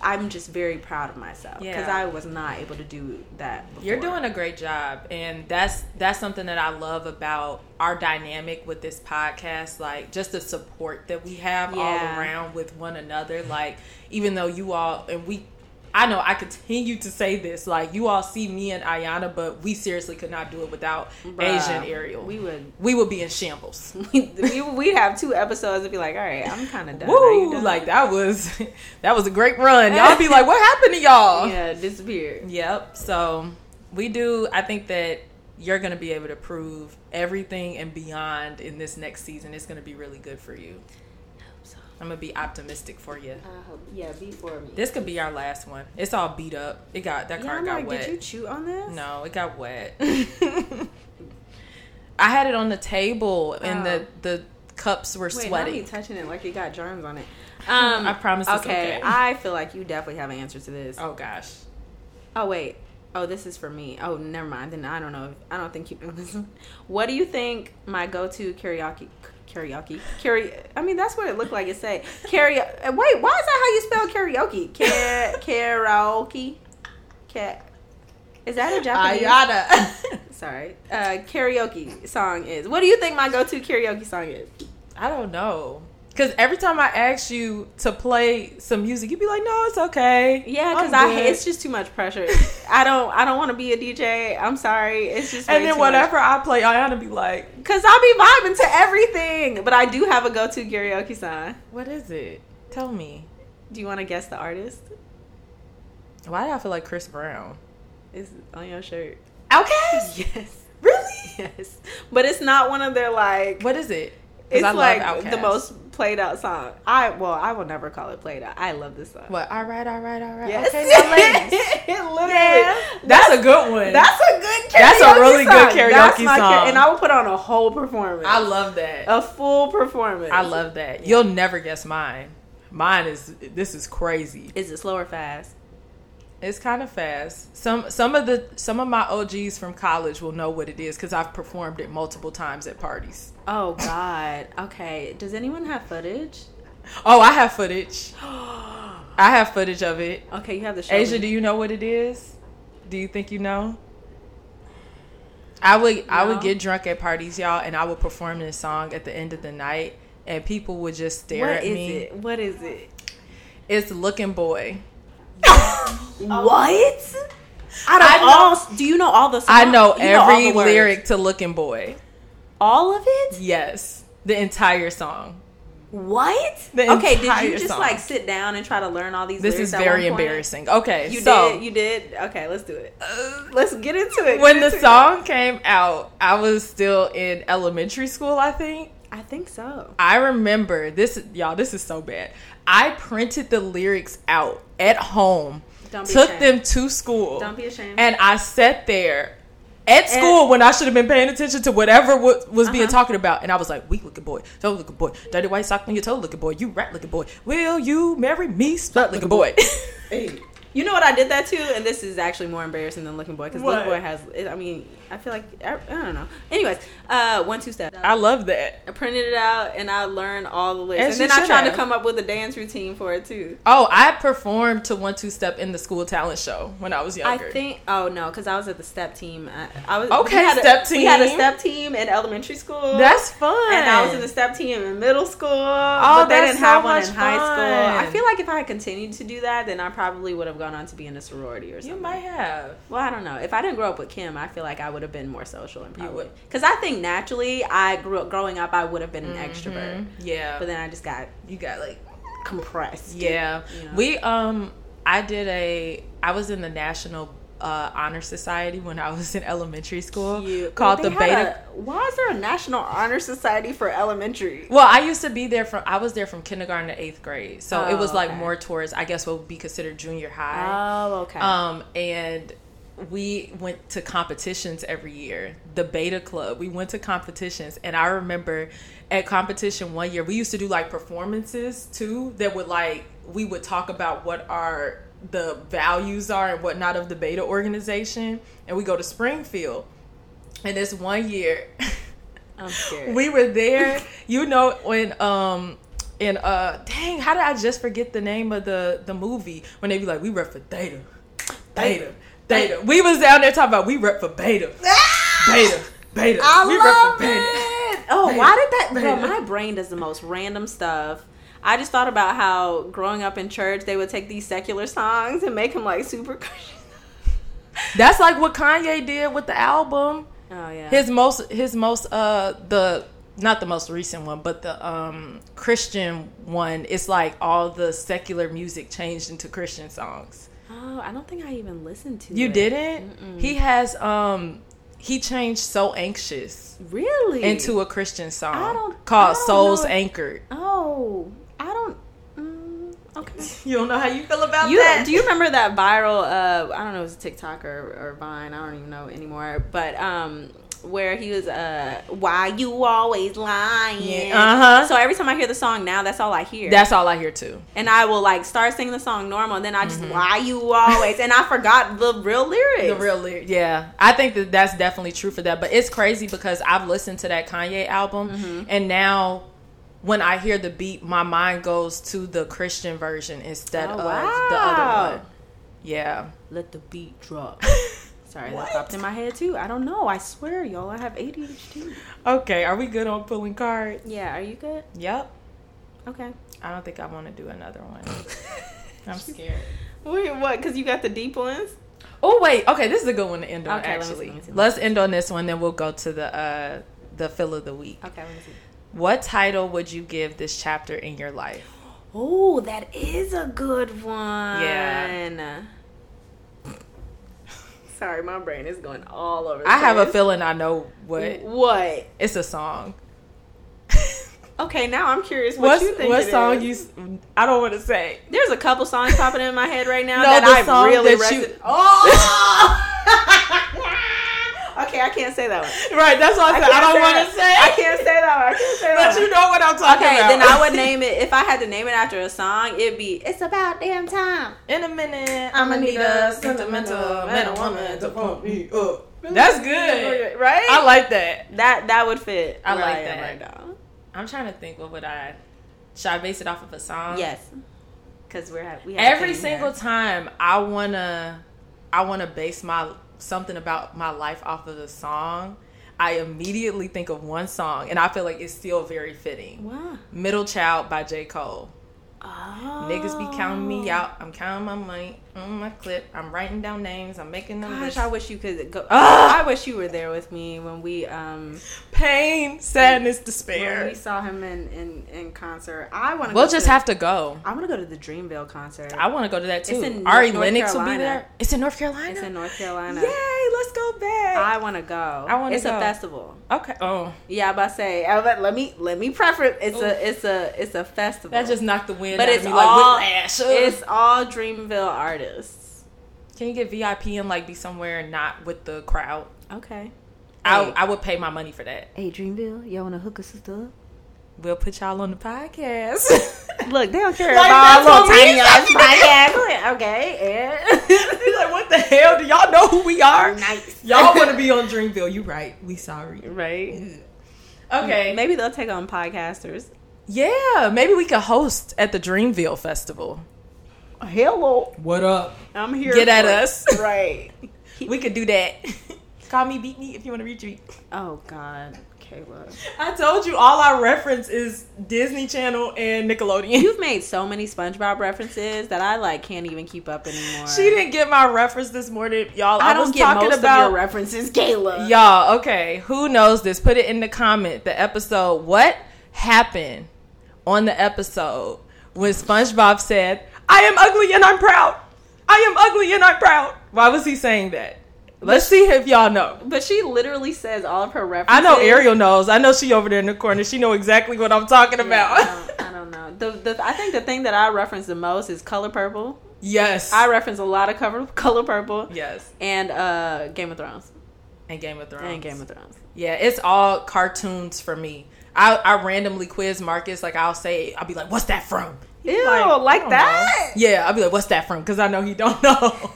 Speaker 2: I, I'm just very proud of myself because
Speaker 6: Yeah.
Speaker 2: I was not able to do that. Before.
Speaker 6: You're doing a great job, and that's that's something that I love about our dynamic with this podcast. Like just the support that we have
Speaker 2: Yeah.
Speaker 6: all around with one another. Like even though you all and we, I know I continue to say this. Like you all see me and Ayana, but we seriously could not do it without
Speaker 2: Bruh,
Speaker 6: Asian Ariel.
Speaker 2: We would,
Speaker 6: we would be in shambles.
Speaker 2: we, we'd have two episodes and be like, all right, I'm kind of done. Are you
Speaker 6: Woo!
Speaker 2: done?"
Speaker 6: Like that was that was a great run. Y'all be like, what happened to y'all?
Speaker 2: yeah, disappeared.
Speaker 6: Yep. So we do. I think that you're gonna be able to prove everything and beyond in this next season. It's gonna be really good for you.
Speaker 2: so.
Speaker 6: I'm gonna be optimistic for you.
Speaker 2: Uh, yeah, before me.
Speaker 6: This could be our last one. It's all beat up. It got that
Speaker 2: yeah,
Speaker 6: car
Speaker 2: I'm
Speaker 6: got
Speaker 2: like,
Speaker 6: wet.
Speaker 2: did you chew on this?
Speaker 6: No, it got wet. I had it on the table and
Speaker 2: Oh.
Speaker 6: the the cups were
Speaker 2: Wait,
Speaker 6: sweaty.
Speaker 2: not me touching it like it got germs on it. Um,
Speaker 6: I promise it's okay.
Speaker 2: I feel like you definitely have an answer to this. Oh.
Speaker 6: oh gosh.
Speaker 2: wait. Oh, this is for me. Oh, never mind. Then I don't know. If, I don't think you know this. one. What do you think my go-to karaoke? Karaoke. Karaoke. I mean, that's what it looked like. It say karaoke. Wait, why is that how you spell karaoke? Ka- karaoke. Ka- is that a Japanese?
Speaker 6: Ayana.
Speaker 2: Sorry. Uh, karaoke song is. What do you think my go-to karaoke song is?
Speaker 6: I don't know. Cause every time I ask you to play some music, you'd be like, "No, it's okay."
Speaker 2: Yeah,
Speaker 6: I'm
Speaker 2: because I
Speaker 6: good."
Speaker 2: it's just too much pressure. I don't I don't want to be a DJ. I'm sorry. It's just
Speaker 6: and then whatever I play, Ayana be like,
Speaker 2: Because I'll be vibing to everything, but I do have a go to karaoke song.
Speaker 6: "What is it? Tell me."
Speaker 2: Do you want to guess the artist?
Speaker 6: Why do I feel like Chris Brown?
Speaker 2: It's on your shirt.
Speaker 6: Outkast?
Speaker 2: Yes.
Speaker 6: Really?
Speaker 2: Yes, but it's not one of their like
Speaker 6: What is it?
Speaker 2: It's
Speaker 6: I love
Speaker 2: like the
Speaker 6: Outkast.
Speaker 2: most played out song. I well, I will never call it played out. I love this song.
Speaker 6: What? All right, all right, all right.
Speaker 2: Yes.
Speaker 6: Okay, now ladies.
Speaker 2: it literally.
Speaker 6: that's a good one.
Speaker 2: That's a good karaoke
Speaker 6: That's a really
Speaker 2: song.
Speaker 6: good
Speaker 2: That's
Speaker 6: karaoke
Speaker 2: my
Speaker 6: song.
Speaker 2: and I will put on a whole performance.
Speaker 6: I love that.
Speaker 2: a full performance.
Speaker 6: I love that. You'll never guess mine. Mine is this is crazy.
Speaker 2: Is it slow or fast?
Speaker 6: It's kind of fast. Some some of the some of my OGs from college will know what it is because I've performed it multiple times at parties.
Speaker 2: Oh God. Okay. Does anyone have footage?
Speaker 6: Oh, I have footage. I have footage of it.
Speaker 2: Okay, you have the show.
Speaker 6: Asia, do
Speaker 2: me.
Speaker 6: you know what it is? Do you think you know? I would I
Speaker 2: No.
Speaker 6: would get drunk at parties, y'all, and I would perform this song at the end of the night, and people would just stare
Speaker 2: What
Speaker 6: at
Speaker 2: is
Speaker 6: me.
Speaker 2: it? What is it?
Speaker 6: It's Looking Boy.
Speaker 2: What? Out of
Speaker 6: I know-
Speaker 2: all, do you know all the songs?
Speaker 6: I know
Speaker 2: You all
Speaker 6: every
Speaker 2: the words.
Speaker 6: lyric to Looking Boy.
Speaker 2: all of it.
Speaker 6: Yes, the entire song.
Speaker 2: What?
Speaker 6: The
Speaker 2: okay, did
Speaker 6: entire
Speaker 2: you just
Speaker 6: song.
Speaker 2: like sit down and try to learn all these?
Speaker 6: This
Speaker 2: lyrics
Speaker 6: is
Speaker 2: at
Speaker 6: very
Speaker 2: one point?
Speaker 6: embarrassing. Okay,
Speaker 2: You
Speaker 6: so Uh,
Speaker 2: did. You did. Okay, let's do it. let's get into it.
Speaker 6: when
Speaker 2: Get
Speaker 6: the
Speaker 2: into it.
Speaker 6: song came out, I was still in elementary school, I think.
Speaker 2: I think so.
Speaker 6: I remember this, y'all. This is so bad. I printed the lyrics out at home,
Speaker 2: Don't be
Speaker 6: took
Speaker 2: ashamed.
Speaker 6: them to school,
Speaker 2: Don't be ashamed.
Speaker 6: and I sat there at school when I should have been paying attention to whatever wa- was being
Speaker 2: Uh-huh.
Speaker 6: talked about. And I was like, "Weak looking boy, toe looking boy, dirty white sock on your toe looking boy, you rat looking boy, will you marry me, slut looking boy?"
Speaker 2: You know what I did that too, and this is actually more embarrassing than Looking Boy because
Speaker 6: What?
Speaker 2: Looking Boy has. I mean, I feel like I, I don't know. Anyways, uh, one two step.
Speaker 6: I love that.
Speaker 2: I printed it out and I learned all the
Speaker 6: As
Speaker 2: lyrics, and
Speaker 6: you
Speaker 2: then I
Speaker 6: should
Speaker 2: tried
Speaker 6: have.
Speaker 2: to come up with a dance routine for it too.
Speaker 6: Oh, I performed to one two step in the school talent show when I was
Speaker 2: I
Speaker 6: younger.
Speaker 2: think. Oh no, because I was at the step team. I, I was
Speaker 6: Okay,
Speaker 2: we had a-
Speaker 6: step
Speaker 2: We had a
Speaker 6: team.
Speaker 2: step team in elementary school.
Speaker 6: that's fun.
Speaker 2: and I was in the step team in middle school. Oh, but they
Speaker 6: that's
Speaker 2: didn't
Speaker 6: so
Speaker 2: have one in
Speaker 6: much
Speaker 2: high school. I
Speaker 6: fun.
Speaker 2: feel like if I had continued to do that, then I probably would have gone on to be in a sorority or something.
Speaker 6: You might have.
Speaker 2: Well, I don't know. If I didn't grow up with Kim, I feel like I would have been more social and probably
Speaker 6: would.
Speaker 2: because I think naturally I grew up growing up I would have been an extrovert,
Speaker 6: Yeah.
Speaker 2: but then I just got
Speaker 6: you got like
Speaker 2: compressed.
Speaker 6: yeah
Speaker 2: Yeah.
Speaker 6: we um i did a i was in the national uh, honor society when i was in elementary school
Speaker 2: Cute.
Speaker 6: called
Speaker 2: Well,
Speaker 6: the
Speaker 2: they had
Speaker 6: beta
Speaker 2: a- why is there a National Honor Society for elementary?
Speaker 6: well i used to be there from i was there from kindergarten to eighth grade so it
Speaker 2: Oh,
Speaker 6: was like
Speaker 2: okay.
Speaker 6: more towards i guess what would be considered junior high
Speaker 2: Oh, okay.
Speaker 6: um and we went to competitions every year the beta club we went to competitions and i remember at competition one year we used to do like performances too that would like we would talk about what our the values are and whatnot of the beta organization and we go to springfield and this one year
Speaker 2: I'm scared.
Speaker 6: we were there you know when um in uh dang how did i just forget the name of the the movie when they be like we rep for theta theta theta we was down there talking about we rep for beta beta beta
Speaker 2: I
Speaker 6: we
Speaker 2: love
Speaker 6: beta
Speaker 2: it. Oh,
Speaker 6: Beta.
Speaker 2: why did that? Bro,
Speaker 6: Beta.
Speaker 2: my brain does the most random stuff. I just thought about how growing up in church, they would take these secular songs and make them like super Christian.
Speaker 6: that's like what kanye did with the album
Speaker 2: Oh yeah.
Speaker 6: his most his most uh the not the most recent one but the um christian one it's like all the secular music changed into christian songs
Speaker 2: oh, I don't think I even listened to
Speaker 6: You
Speaker 2: it.
Speaker 6: didn't? He has um he changed So Anxious
Speaker 2: Really?
Speaker 6: into a Christian song
Speaker 2: I don't- I
Speaker 6: called
Speaker 2: don't
Speaker 6: Souls
Speaker 2: know.
Speaker 6: Anchored.
Speaker 2: Oh, I don't. Mm, okay.
Speaker 6: You don't know how you feel about
Speaker 2: You, do you remember that viral? Uh, I don't know, it was TikTok or, or Vine. I don't even know anymore. But um, where he was, uh, why you always lying?
Speaker 6: Yeah, uh-huh.
Speaker 2: So every time I hear the song now, that's all I hear.
Speaker 6: That's all I hear too.
Speaker 2: and I will like start singing the song normal. Then I just why you always, and I forgot the real lyrics.
Speaker 6: Mm-hmm. The real lyric. Yeah. I think that that's definitely true for that. But it's crazy because I've listened to that Kanye album and now when I hear the beat, my mind goes to the Christian version instead
Speaker 2: Oh,
Speaker 6: of the
Speaker 2: wow.
Speaker 6: other one. Yeah.
Speaker 2: Let the beat drop. Sorry, that popped in my head too. I don't know. I swear, y'all, I have ADHD.
Speaker 6: Okay, are we good on pulling cards?
Speaker 2: Yeah, are you good?
Speaker 6: Yep.
Speaker 2: Okay.
Speaker 6: I don't think I want to do another one. I'm scared.
Speaker 2: Wait, what? Because you got the deep ones?
Speaker 6: Oh wait, okay, this is a good one to end on.
Speaker 2: Okay, let me see,
Speaker 6: actually,
Speaker 2: let me see, let me
Speaker 6: let's end on this one, then we'll go to the uh the fill of the week.
Speaker 2: Okay, let me see.
Speaker 6: What title would you give this chapter in your life?
Speaker 2: Oh, that is a good one. Yeah. Sorry, my brain is going all over.
Speaker 6: I have a
Speaker 2: feeling.
Speaker 6: feeling I know what
Speaker 2: What?
Speaker 6: it's a song.
Speaker 2: Okay, now I'm curious what
Speaker 1: What's,
Speaker 2: you think.
Speaker 1: what
Speaker 2: it
Speaker 1: song
Speaker 2: is.
Speaker 1: you? s- I don't want to say.
Speaker 2: There's a couple songs popping in my head right now
Speaker 1: No,
Speaker 2: that
Speaker 1: the
Speaker 2: I
Speaker 1: song
Speaker 2: really
Speaker 1: that you-
Speaker 2: resonate- Oh. okay, I can't say that one.
Speaker 1: Right, that's what I said. I, don't want to say.
Speaker 2: I can't say that one. I can't say that
Speaker 1: But
Speaker 2: one.
Speaker 1: you know what I'm talking
Speaker 2: Okay,
Speaker 1: about.
Speaker 2: then I would name it if I had to name it after a song. It'd be "It's About Damn Time."
Speaker 1: In a minute,
Speaker 2: I'ma need a sentimental man or woman to
Speaker 1: pump me up. That's good.
Speaker 2: right?
Speaker 1: I like that.
Speaker 2: that that would fit.
Speaker 6: I
Speaker 2: where
Speaker 6: like
Speaker 2: am
Speaker 6: that.
Speaker 2: Right now.
Speaker 6: I'm trying to think. What would I? Should I base it off of a song?
Speaker 2: Yes, because we're ha- we have
Speaker 6: Every
Speaker 2: things here.
Speaker 6: single time, I wanna, I wanna base my something about my life off of a song. I immediately think of one song, and I feel like it's still very fitting.
Speaker 2: Wow.
Speaker 6: "Middle Child" by J. Cole.
Speaker 2: Oh.
Speaker 6: Niggas be counting me out. I'm counting my money on my clip. I'm writing down names. I'm making them
Speaker 2: Gosh,
Speaker 6: wish.
Speaker 2: I wish you could go.
Speaker 1: Ah!
Speaker 2: I wish you were there with me when we um
Speaker 1: Pain, sadness,
Speaker 2: when we
Speaker 1: despair.
Speaker 2: saw him in in, in concert. I want to.
Speaker 6: We'll just have to go.
Speaker 2: I want to go to the Dreamville concert.
Speaker 6: I want to go to that too.
Speaker 2: It's in
Speaker 6: Ari
Speaker 2: North
Speaker 6: Lennox will
Speaker 2: Carolina.
Speaker 6: be there. It's in North Carolina.
Speaker 2: it's in North Carolina.
Speaker 6: Yay! Let's go back.
Speaker 2: I want to go.
Speaker 6: I wanna
Speaker 2: It's
Speaker 6: go.
Speaker 2: a festival.
Speaker 6: okay. Oh,
Speaker 2: Yeah, I'm about to say. I- Let, let me let me preface. It's a it's a it's a festival.
Speaker 6: that just knocked the wind.
Speaker 2: but
Speaker 6: out
Speaker 2: it's
Speaker 6: of me,
Speaker 2: all
Speaker 6: like whiplash. Ugh.
Speaker 2: it's all Dreamville artists.
Speaker 6: Can you get VIP and like be somewhere not with the crowd?
Speaker 2: Okay.
Speaker 6: I
Speaker 2: Hey.
Speaker 6: I would pay my money for that.
Speaker 5: Hey, Dreamville, y'all wanna hook us up?
Speaker 6: We'll put y'all on the podcast.
Speaker 2: Look, they don't care
Speaker 6: Like,
Speaker 2: about
Speaker 6: that's
Speaker 2: little
Speaker 6: what we
Speaker 2: tiny ass podcast. Okay,
Speaker 6: like what the hell? Do y'all know who we are?
Speaker 2: and nice.
Speaker 6: Y'all want to be on Dreamville? You right? We sorry.
Speaker 2: right?
Speaker 6: Okay.
Speaker 2: Mm, Maybe they'll take on podcasters.
Speaker 6: Yeah, maybe we could host at the Dreamville Festival.
Speaker 2: Hello,
Speaker 6: What up?
Speaker 2: I'm here.
Speaker 6: Get
Speaker 2: for
Speaker 6: at
Speaker 2: it.
Speaker 6: us.
Speaker 2: right?
Speaker 6: We could do that. Call me, beat me if you want to retweet.
Speaker 2: Oh God, Kayla,
Speaker 6: I told you all I reference is Disney Channel and Nickelodeon.
Speaker 2: you've made so many SpongeBob references that I like can't even keep up anymore.
Speaker 6: She didn't get my reference this morning, y'all. I,
Speaker 2: I, don't
Speaker 6: was
Speaker 2: get
Speaker 6: talking
Speaker 2: most
Speaker 6: about
Speaker 2: of your references, Kayla.
Speaker 6: y'all. Okay, who knows this? Put it in the comment. The episode. What happened on the episode when SpongeBob said, "I am ugly and I'm proud. I am ugly and I'm proud." Why was he saying that? Let's see if y'all know.
Speaker 2: But she literally says all of her references.
Speaker 6: I know Ariel knows. I know she over there in the corner. She know exactly what I'm talking about.
Speaker 2: I don't, I don't know. The, the I think the thing that I reference the most is Color Purple.
Speaker 6: yes.
Speaker 2: I reference a lot of cover Color Purple
Speaker 6: yes.
Speaker 2: and uh Game of Thrones
Speaker 6: And Game of Thrones.
Speaker 2: and Game of Thrones.
Speaker 6: Yeah, it's all cartoons for me. I, I randomly quiz Marcus. Like I'll say, I'll be like, "What's that from?"
Speaker 2: Ew,
Speaker 1: like,
Speaker 2: Oh, like,
Speaker 1: I don't
Speaker 2: that?
Speaker 6: Yeah, I'll be like, "What's that from?" Because I know he don't know.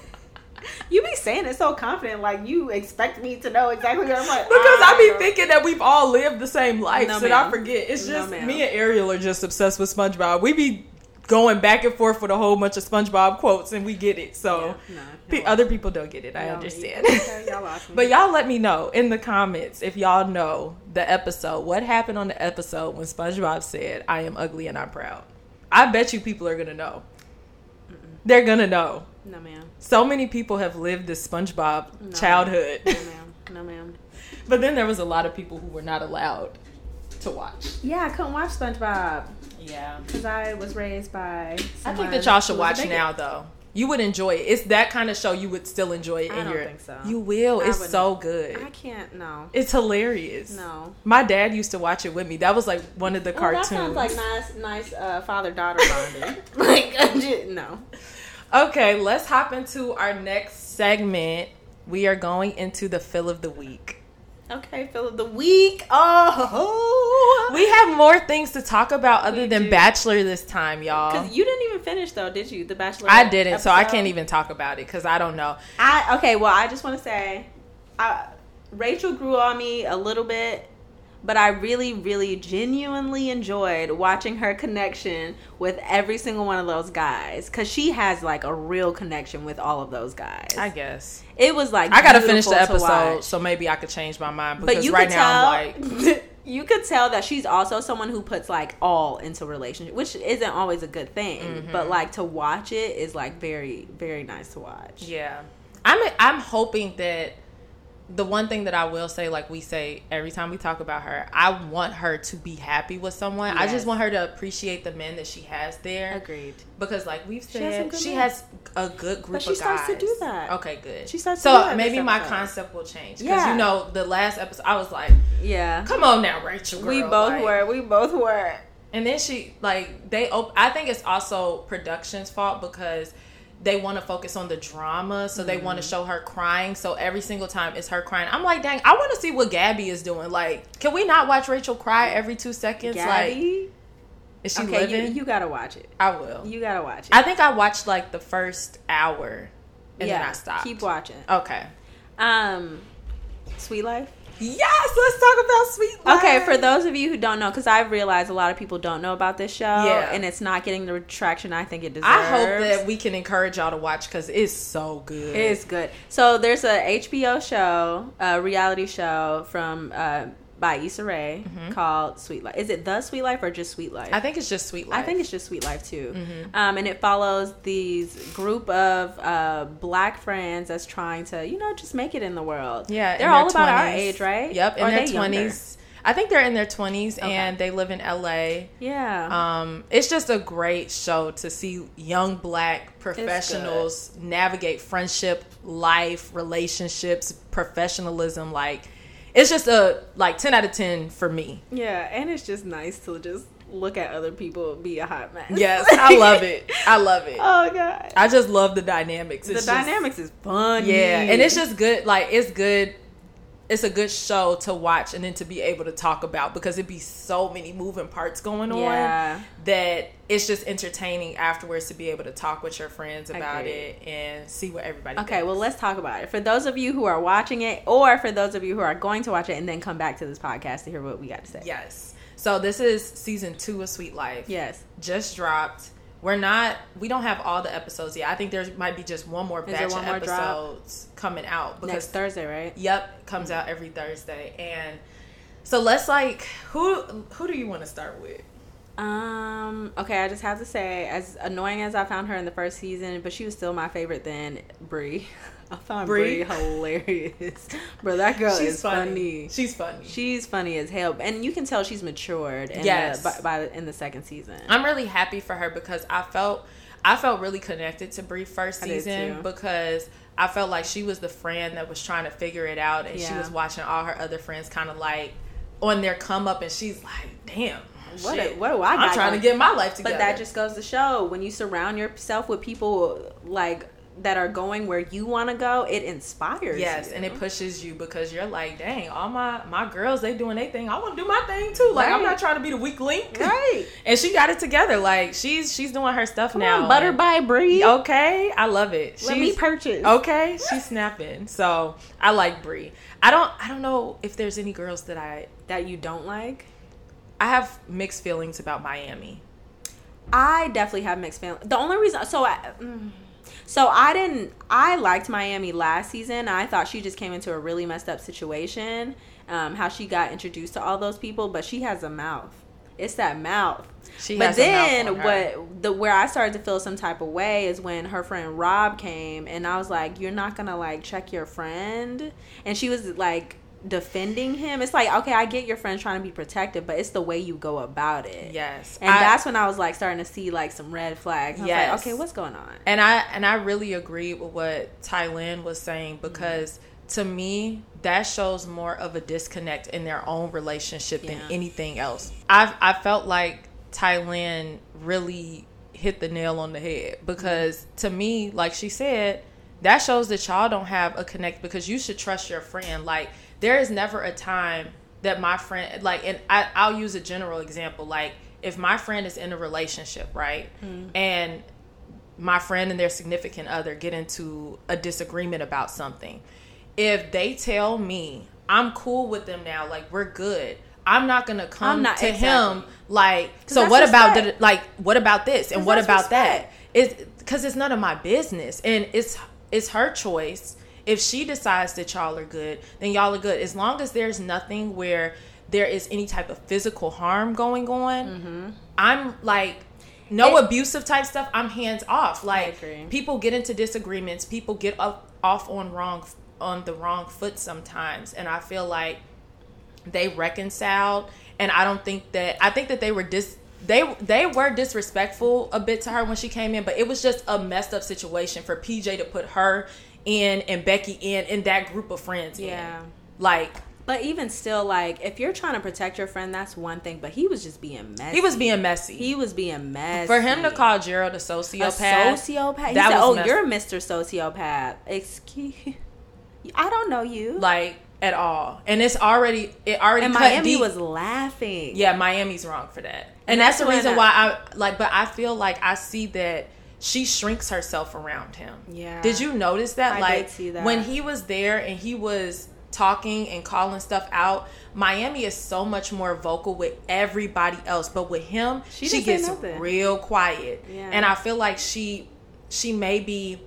Speaker 2: You be saying it so confident, like you expect me to know exactly what I'm like. "Ah,
Speaker 6: Because I be
Speaker 2: don't-
Speaker 6: thinking that we've all lived the same life,
Speaker 2: Um, No,
Speaker 6: so that I
Speaker 2: ma'am.
Speaker 6: forget. It's
Speaker 2: No,
Speaker 6: just
Speaker 2: ma'am.
Speaker 6: me and Ariel are just obsessed with SpongeBob. We be going back and forth with a whole bunch of SpongeBob quotes, and we get it. So
Speaker 2: no, y'all
Speaker 6: pe- other people don't get it. I understand.
Speaker 2: Okay, y'all lost me.
Speaker 6: but y'all let me know in the comments if y'all know the episode. What happened on the episode when SpongeBob said, "I am ugly and I'm proud"? I bet you people are gonna know. They're gonna know.
Speaker 2: No, ma'am.
Speaker 6: So many people have lived this SpongeBob childhood.
Speaker 2: No, ma'am. No, ma'am.
Speaker 6: But then there was a lot of people who were not allowed to watch.
Speaker 2: Yeah, I couldn't watch SpongeBob
Speaker 6: Yeah.
Speaker 2: because I was raised by.
Speaker 6: I
Speaker 2: Someone
Speaker 6: think that y'all
Speaker 2: who
Speaker 6: should
Speaker 2: was a
Speaker 6: watch
Speaker 2: bigot.
Speaker 6: now though. You would enjoy it. It's that kind of show you would still enjoy it
Speaker 2: I
Speaker 6: in
Speaker 2: don't
Speaker 6: your
Speaker 2: think so.
Speaker 6: You will.
Speaker 2: I
Speaker 6: It's
Speaker 2: wouldn't.
Speaker 6: so good.
Speaker 2: I can't. No.
Speaker 6: It's hilarious.
Speaker 2: No.
Speaker 6: My dad used to watch it with me. That was like one of the
Speaker 2: Well, Oh,
Speaker 6: cartoons.
Speaker 2: that sounds like nice, nice uh, father daughter bonding. like, I ju- no.
Speaker 6: okay, let's hop into our next segment. We are going into the fill of the week.
Speaker 2: Okay, fill of the week. Oh,
Speaker 6: We have more things to talk about other than
Speaker 2: do.
Speaker 6: Bachelor this time, y'all.
Speaker 2: because you didn't even finish though, did you? The Bachelor.
Speaker 6: I didn't, so I
Speaker 2: episode?
Speaker 6: can't even talk about it because I don't know.
Speaker 2: I okay. Well, I just want to say, I, Rachel grew on me a little bit, but I really, really, genuinely enjoyed watching her connection with every single one of those guys because she has like a real connection with all of those guys.
Speaker 6: I guess.
Speaker 2: it was like
Speaker 6: I gotta finish the
Speaker 2: beautiful to
Speaker 6: episode,
Speaker 2: watch.
Speaker 6: so maybe I could change my mind
Speaker 2: but
Speaker 6: because
Speaker 2: you
Speaker 6: right
Speaker 2: could
Speaker 6: now I'm
Speaker 2: tell,
Speaker 6: like,
Speaker 2: you could tell that she's also someone who puts like all into relationship, which isn't always a good thing.
Speaker 6: Mm-hmm.
Speaker 2: But like to watch it is like very, very nice to watch.
Speaker 6: yeah. I'm I'm hoping that the one thing that I will say, like we say every time we talk about her, I want her to be happy with someone. I
Speaker 2: Yes.
Speaker 6: just want her to appreciate the men that she has there.
Speaker 2: Agreed.
Speaker 6: Because, like we've
Speaker 2: has some
Speaker 6: said,
Speaker 2: good
Speaker 6: she
Speaker 2: men.
Speaker 6: has a good group
Speaker 2: But she
Speaker 6: of
Speaker 2: starts to
Speaker 6: guys.
Speaker 2: do that.
Speaker 6: Okay, good.
Speaker 2: She starts to
Speaker 6: So
Speaker 2: do that
Speaker 6: maybe
Speaker 2: this
Speaker 6: my
Speaker 2: episode.
Speaker 6: concept will change. Because
Speaker 2: Yeah.
Speaker 6: you know, the last episode, I was like,
Speaker 2: Yeah.
Speaker 6: "Come on now, Rachel."
Speaker 2: we
Speaker 6: girl,"
Speaker 2: both
Speaker 6: like-
Speaker 2: were. We both were.
Speaker 6: And then she like they op- I think it's also production's fault because they want to focus on the drama, so they want to
Speaker 2: Mm-hmm.
Speaker 6: show her crying. So every single time it's her crying. I'm like, dang, I want to see what Gabby is doing. Like, can we not watch Rachel cry every two seconds? Like,
Speaker 2: Gabby.
Speaker 6: is she
Speaker 2: okay,
Speaker 6: living?
Speaker 2: you, you gotta watch it.
Speaker 6: I will.
Speaker 2: You gotta watch it.
Speaker 6: I think I watched like the first hour, and then I stopped.
Speaker 2: Keep watching.
Speaker 6: Okay.
Speaker 2: Um, Sweet Life.
Speaker 6: Yes, let's talk about Sweet. Life.
Speaker 2: Okay, for those of you who don't know, because I realize a lot of people don't know about this show,
Speaker 6: Yeah.
Speaker 2: and it's not getting the traction I think it deserves.
Speaker 6: I hope that we can encourage y'all to watch because it's so good.
Speaker 2: It's good. So there's a HBO show, a reality show from uh, by Issa Rae called Sweet Life. Is it The Sweet Life or just Sweet Life?
Speaker 6: I think it's just Sweet Life.
Speaker 2: I think it's just Sweet Life too. Um, and it follows these group of uh, black friends that's trying to, you know, just make it in the world.
Speaker 6: Yeah,
Speaker 2: they're
Speaker 6: in their
Speaker 2: all about our
Speaker 6: 20s.
Speaker 2: age, right?
Speaker 6: Yep, in
Speaker 2: Or
Speaker 6: their
Speaker 2: they younger?
Speaker 6: twenties. I think they're in their twenties, and they live in LA.
Speaker 2: Yeah,
Speaker 6: Um, it's just a great show to see young black professionals navigate friendship, life, relationships, professionalism. Like, it's just a like ten out of ten for me.
Speaker 2: yeah, and it's just nice to just look at other people be a hot mess.
Speaker 6: Yes, I love it. I love it.
Speaker 2: Oh god,
Speaker 6: I just love the dynamics.
Speaker 2: the
Speaker 6: It's just-
Speaker 2: dynamics is fun.
Speaker 6: Yeah, and it's just good. Like it's good. It's a good show to watch and then to be able to talk about because it'd be so many moving parts going on
Speaker 2: Yeah.
Speaker 6: that it's just entertaining afterwards to be able to talk with your friends about
Speaker 2: Agreed.
Speaker 6: it and see what everybody.
Speaker 2: Okay,
Speaker 6: thinks.
Speaker 2: well, let's talk about it. For those of you who are watching it, or for those of you who are going to watch it and then come back to this podcast to hear what we got to say.
Speaker 6: yes. So this is season two of Sweet Life.
Speaker 2: Yes.
Speaker 6: just dropped. We're not. We don't have all the episodes yet. I think there might be just one more
Speaker 2: there
Speaker 6: batch
Speaker 2: one
Speaker 6: of
Speaker 2: more drop?
Speaker 6: episodes coming out because
Speaker 2: Next Thursday, right?
Speaker 6: Yep, comes out every Thursday. And so let's like who who do you want to start with?
Speaker 2: Um. Okay, I just have to say, as annoying as I found her in the first season, but she was still my favorite then. Bree, I found
Speaker 6: Bree?
Speaker 2: Bree hilarious, bro. That girl is funny.
Speaker 6: She's funny.
Speaker 2: She's funny as hell, and you can tell she's matured. In
Speaker 6: Yes.
Speaker 2: the, by, by the- in the second season,
Speaker 6: I'm really happy for her because I felt I felt really connected to Bree first
Speaker 2: I did
Speaker 6: season
Speaker 2: too.
Speaker 6: because I felt like she was the friend that was trying to figure it out and she
Speaker 2: Yeah.
Speaker 6: was watching all her other friends kind of like on their come up and she's like, "Damn,
Speaker 2: What a-
Speaker 6: shit,
Speaker 2: what do I
Speaker 6: I'm
Speaker 2: got
Speaker 6: trying
Speaker 2: going-
Speaker 6: to get my life
Speaker 2: but
Speaker 6: together."
Speaker 2: that just goes to show when you surround yourself with people like that are going where you want to go, it inspires.
Speaker 6: Yes,
Speaker 2: you.
Speaker 6: and it pushes you because you're like, dang, all my my girls they doing their thing. I want to do my thing too. Like I'm
Speaker 2: Right.
Speaker 6: not trying to be the weak link.
Speaker 2: right.
Speaker 6: and she got it together. Like she's she's doing her stuff
Speaker 2: Come
Speaker 6: now.
Speaker 2: on, butter by Bree.
Speaker 6: Okay, I love it.
Speaker 2: Let me
Speaker 6: she's
Speaker 2: purchase.
Speaker 6: okay. She's snapping. So I like Bree. I don't I don't know if there's any girls that I
Speaker 2: That you don't like.
Speaker 6: I have mixed feelings about Miami.
Speaker 2: I definitely have mixed feelings. The only reason, so I, mm. so I didn't. I liked Miami last season. I thought she just came into a really messed up situation. Um, how she got introduced to all those people, but she has a mouth. It's that mouth.
Speaker 6: She
Speaker 2: but
Speaker 6: has a mouth
Speaker 2: then
Speaker 6: on her.
Speaker 2: what the where I started to feel some type of way is when her friend Rob came and I was like, You're not gonna like check your friend and she was like defending him. It's like, okay, I get your friend trying to be protective, but it's the way you go about it.
Speaker 6: Yes,
Speaker 2: And
Speaker 6: I-
Speaker 2: that's when I was like starting to see like some red flags. I was
Speaker 6: Yes.
Speaker 2: like, okay, what's going on?
Speaker 6: And I and I really agree with what Thailand was saying because to me that shows more of a disconnect in their own relationship than
Speaker 2: Yeah.
Speaker 6: anything else. I I felt like Thailand really hit the nail on the head because to me, like she said, that shows that y'all don't have a connect because you should trust your friend. Like there is never a time that my friend like and I, I'll use a general example. Like if my friend is in a relationship, right? And my friend and their significant other get into a disagreement about something, if they tell me I'm cool with them now, like we're good, I'm not gonna come
Speaker 2: I'm not-
Speaker 6: to him
Speaker 2: exactly.
Speaker 6: like. So
Speaker 2: that's
Speaker 6: what about
Speaker 2: respect.
Speaker 6: the, like what about this and what
Speaker 2: that's
Speaker 6: about
Speaker 2: respect.
Speaker 6: that? It's because it's none of my business and it's it's her choice. If she decides that y'all are good, then y'all are good. As long as there's nothing where there is any type of physical harm going on,
Speaker 2: Mm-hmm.
Speaker 6: I'm like no abusive type stuff. I'm hands off. Like
Speaker 2: agree.
Speaker 6: people get into disagreements. People get up, off on wrong on the wrong foot sometimes, and I feel like they reconciled, and I don't think that I think that they were dis they they were disrespectful a bit to her when she came in, but it was just a messed up situation for PJ to put her in and Becky in and that group of friends. in.
Speaker 2: Yeah.
Speaker 6: like
Speaker 2: But even still, like if you're trying to protect your friend, that's one thing. But he was just being messy.
Speaker 6: he was being messy.
Speaker 2: he was being messy.
Speaker 6: for him to call Gerald a
Speaker 2: a
Speaker 6: sociopath,
Speaker 2: sociopath. He
Speaker 6: that
Speaker 2: said,
Speaker 6: was
Speaker 2: "Oh,
Speaker 6: messy.
Speaker 2: you're Mr. Sociopath." Excuse. I don't know you.
Speaker 6: like at all, and it's already it already
Speaker 2: and
Speaker 6: cut
Speaker 2: Miami
Speaker 6: deep.
Speaker 2: was laughing.
Speaker 6: Yeah, Miami's wrong for that. And that's,
Speaker 2: that's
Speaker 6: the
Speaker 2: when
Speaker 6: reason
Speaker 2: I-
Speaker 6: why I like but I feel like I see that she shrinks herself around him.
Speaker 2: Yeah.
Speaker 6: Did you notice that?
Speaker 2: I did
Speaker 6: like
Speaker 2: see that.
Speaker 6: when he was there and he was talking and calling stuff out, Miami is so much more vocal with everybody else, but with him, she,
Speaker 2: She didn't say
Speaker 6: gets
Speaker 2: nothing.
Speaker 6: real quiet.
Speaker 2: Yeah.
Speaker 6: And I feel like she she maybe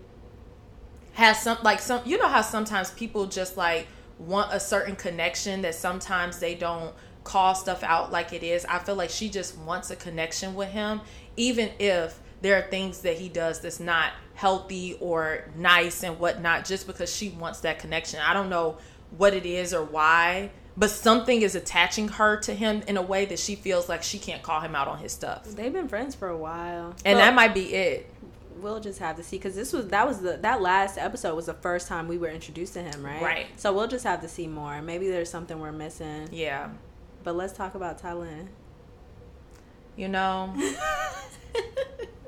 Speaker 6: has some like some you know how sometimes people just like want a certain connection that sometimes they don't call stuff out like it is. I feel like she just wants a connection with him even if there are things that he does that's not healthy or nice and whatnot just because she wants that connection. I don't know what it is or why, but something is attaching her to him in a way that she feels like she can't call him out on his stuff.
Speaker 2: They've been friends for a while,
Speaker 6: And
Speaker 2: But
Speaker 6: that might be it.
Speaker 2: we'll just have to see because this was that was the that last episode was the first time we were introduced to him, right?
Speaker 6: Right.
Speaker 2: So we'll just have to see more. Maybe there's something we're missing.
Speaker 6: Yeah.
Speaker 2: But let's talk about Thailand.
Speaker 6: You know,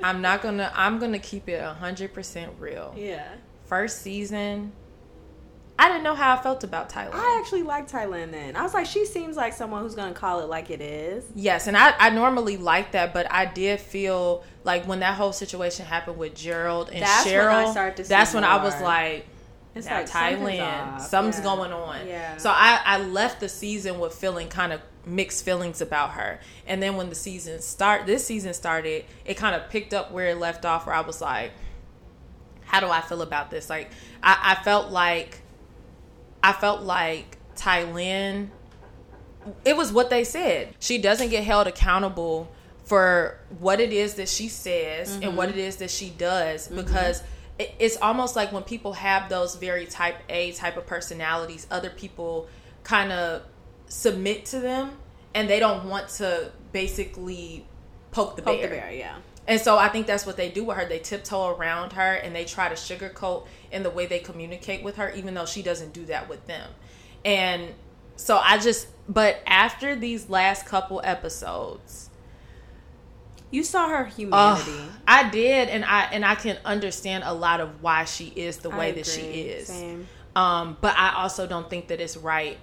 Speaker 6: I'm not gonna. I'm gonna keep it hundred percent real.
Speaker 2: yeah,
Speaker 6: First season, I didn't know how I felt about Thailand.
Speaker 2: I actually like Thailand. Then I was like, she seems like someone who's gonna call it like it is.
Speaker 6: yes, and I I normally like that, but I did feel like when that whole situation happened with Gerald and
Speaker 2: That's when
Speaker 6: Cheryl,
Speaker 2: I started to see
Speaker 6: that's when I was
Speaker 2: more.
Speaker 6: like.
Speaker 2: It's
Speaker 6: now
Speaker 2: like something's
Speaker 6: Thailand,
Speaker 2: off.
Speaker 6: something's
Speaker 2: Yeah.
Speaker 6: going on.
Speaker 2: Yeah.
Speaker 6: So I, I left the season with feeling kind of mixed feelings about her. And then when the season start, this season started, it kind of picked up where it left off. Where I was like, how do I feel about this? Like, I, I felt like, I felt like Thailand. It was what they said. She doesn't get held accountable for what it is that she says and what it is that she does because it, it's almost like when people have those very type A type of personalities, other people kind of submit to them and they don't want to basically poke the
Speaker 2: Poke
Speaker 6: bear.
Speaker 2: the bear, yeah.
Speaker 6: And so I think that's what they do with her. They tiptoe around her and they try to sugarcoat in the way they communicate with her, even though she doesn't do that with them. And so I just, but after these last couple episodes,
Speaker 2: You saw her
Speaker 6: ugh,
Speaker 2: humanity.
Speaker 6: I did, and I and I can understand a lot of why she is the
Speaker 2: I
Speaker 6: way that she
Speaker 2: agree.
Speaker 6: is.
Speaker 2: Same.
Speaker 6: Um, but I also don't think that it's right.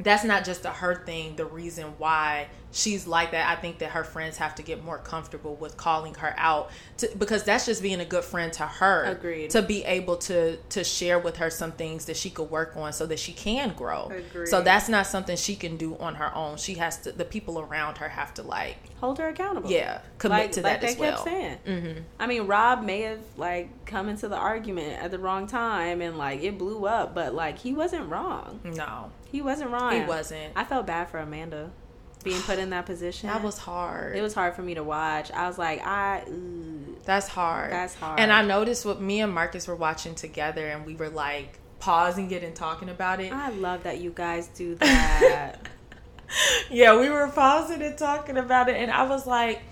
Speaker 6: That's not just a her thing, the reason why she's like that. I think that her friends have to get more comfortable with calling her out to, because that's just being a good friend to her.
Speaker 2: Agreed.
Speaker 6: To be able to to share with her some things that she could work on so that she can grow.
Speaker 2: Agreed.
Speaker 6: So that's not something she can do on her own. She has to the people around her have to like
Speaker 2: Hold her accountable.
Speaker 6: yeah, commit
Speaker 2: like,
Speaker 6: to that
Speaker 2: like they
Speaker 6: as well. Mm-hmm.
Speaker 2: kept saying. I mean, Rob may have like come into the argument at the wrong time and like it blew up, but like he wasn't wrong.
Speaker 6: No.
Speaker 2: He wasn't wrong.
Speaker 6: He wasn't.
Speaker 2: I felt bad for Amanda being put in that position.
Speaker 6: That was hard.
Speaker 2: It was hard for me to watch. I was like, I ooh,
Speaker 6: That's hard.
Speaker 2: That's hard.
Speaker 6: And I noticed what me and Marcus were watching together, and we were like pausing it and talking about it.
Speaker 2: I love that you guys do that.
Speaker 6: Yeah, we were pausing and talking about it, and I was like,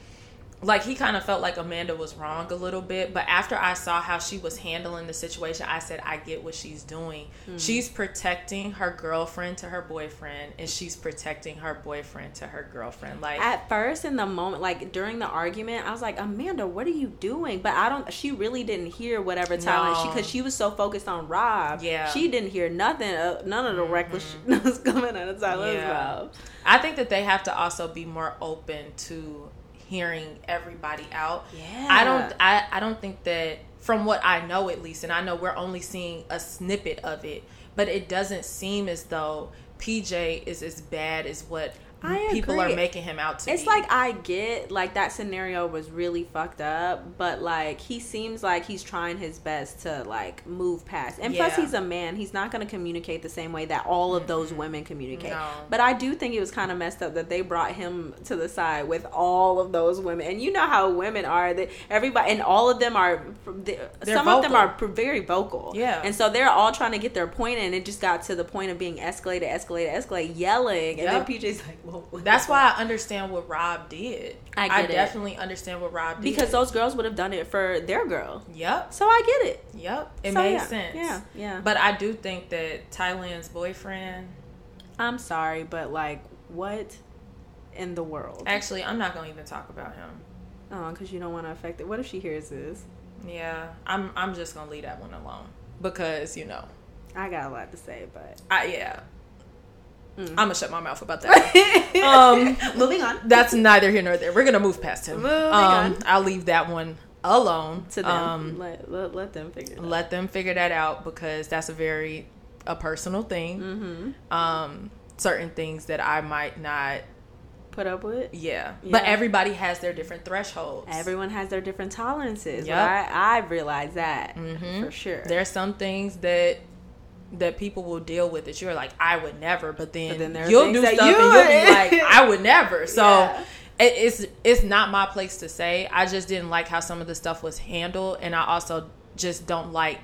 Speaker 6: like he kind of felt like Amanda was wrong a little bit, but after I saw how she was handling the situation, I said, I get what she's doing.
Speaker 2: Hmm.
Speaker 6: She's protecting her girlfriend to her boyfriend, and she's protecting her boyfriend to her girlfriend. Like,
Speaker 2: At first, in the moment, like during the argument, I was like, Amanda, what are you doing? But I don't, she really didn't hear whatever Thailand, she,
Speaker 6: No.
Speaker 2: because she was so focused on Rob.
Speaker 6: Yeah. Mm-hmm.
Speaker 2: She didn't hear nothing, uh, none of the reckless shit that was coming out of Tyler's
Speaker 6: Yeah.
Speaker 2: mouth.
Speaker 6: I think that they have to also be more open to hearing everybody out.
Speaker 2: Yeah.
Speaker 6: I don't I, I don't think that from what I know at least, and I know we're only seeing a snippet of it, but it doesn't seem as though PJ is as bad as what
Speaker 2: I
Speaker 6: people
Speaker 2: agree.
Speaker 6: are making him out to
Speaker 2: It's
Speaker 6: be.
Speaker 2: like I get like that scenario was really fucked up, but like he seems like he's trying his best to like move past. And plus,
Speaker 6: Yeah.
Speaker 2: he's a man. He's not going to communicate the same way that all of those women communicate.
Speaker 6: No.
Speaker 2: But I do think it was kind of messed up that they brought him to the side with all of those women. And you know how women are that everybody and all of them are
Speaker 6: They're
Speaker 2: some of them
Speaker 6: vocal.
Speaker 2: are pr- very vocal.
Speaker 6: Yeah.
Speaker 2: And so they're all trying to get their point, and it just got to the point of being escalated, escalated, escalated, yelling,
Speaker 6: Yep.
Speaker 2: and then PJ's like, "Well, what
Speaker 6: That's
Speaker 2: the
Speaker 6: why I understand what Rob did.
Speaker 2: I get it.
Speaker 6: definitely understand what Rob did
Speaker 2: because those girls would have done it for their girl.
Speaker 6: Yep,
Speaker 2: So I get it.
Speaker 6: yep, it
Speaker 2: So,
Speaker 6: made
Speaker 2: yeah.
Speaker 6: sense.
Speaker 2: Yeah, yeah. But
Speaker 6: But I do think that Thailand's boyfriend.
Speaker 2: I'm sorry, but like, what in the world?
Speaker 6: Actually, I'm not gonna even talk about him.
Speaker 2: Oh, because you don't want to affect it. What if she hears this?
Speaker 6: Yeah, I'm. I'm just gonna leave that one alone because you know.
Speaker 2: I got a lot to say, but
Speaker 6: I yeah. I'm gonna shut my mouth about that. um,
Speaker 2: Mm. moving on.
Speaker 6: that's neither here nor there. We're gonna move past him.
Speaker 2: Moving
Speaker 6: um,
Speaker 2: on.
Speaker 6: I'll leave that one alone
Speaker 2: To them,
Speaker 6: Um,
Speaker 2: let, let let them figure. It out.
Speaker 6: let them figure that out because that's a very a personal thing.
Speaker 2: Mm-hmm.
Speaker 6: Um, certain things that I might not.
Speaker 2: Put up with.
Speaker 6: Yeah. But
Speaker 2: Yeah.
Speaker 6: everybody has their different thresholds.
Speaker 2: Everyone has their different tolerances.
Speaker 6: Yep.
Speaker 2: I I realize that for sure.
Speaker 6: Mm-hmm. There are some things that that people will deal with that you're like I would never, but then,
Speaker 2: But then there are
Speaker 6: you'll
Speaker 2: things
Speaker 6: do
Speaker 2: that
Speaker 6: stuff and
Speaker 2: you
Speaker 6: you'll be
Speaker 2: would.
Speaker 6: like I would never. So
Speaker 2: Yeah.
Speaker 6: it, it's it's not my place to say. I just didn't like how some of the stuff was handled, and I also just don't like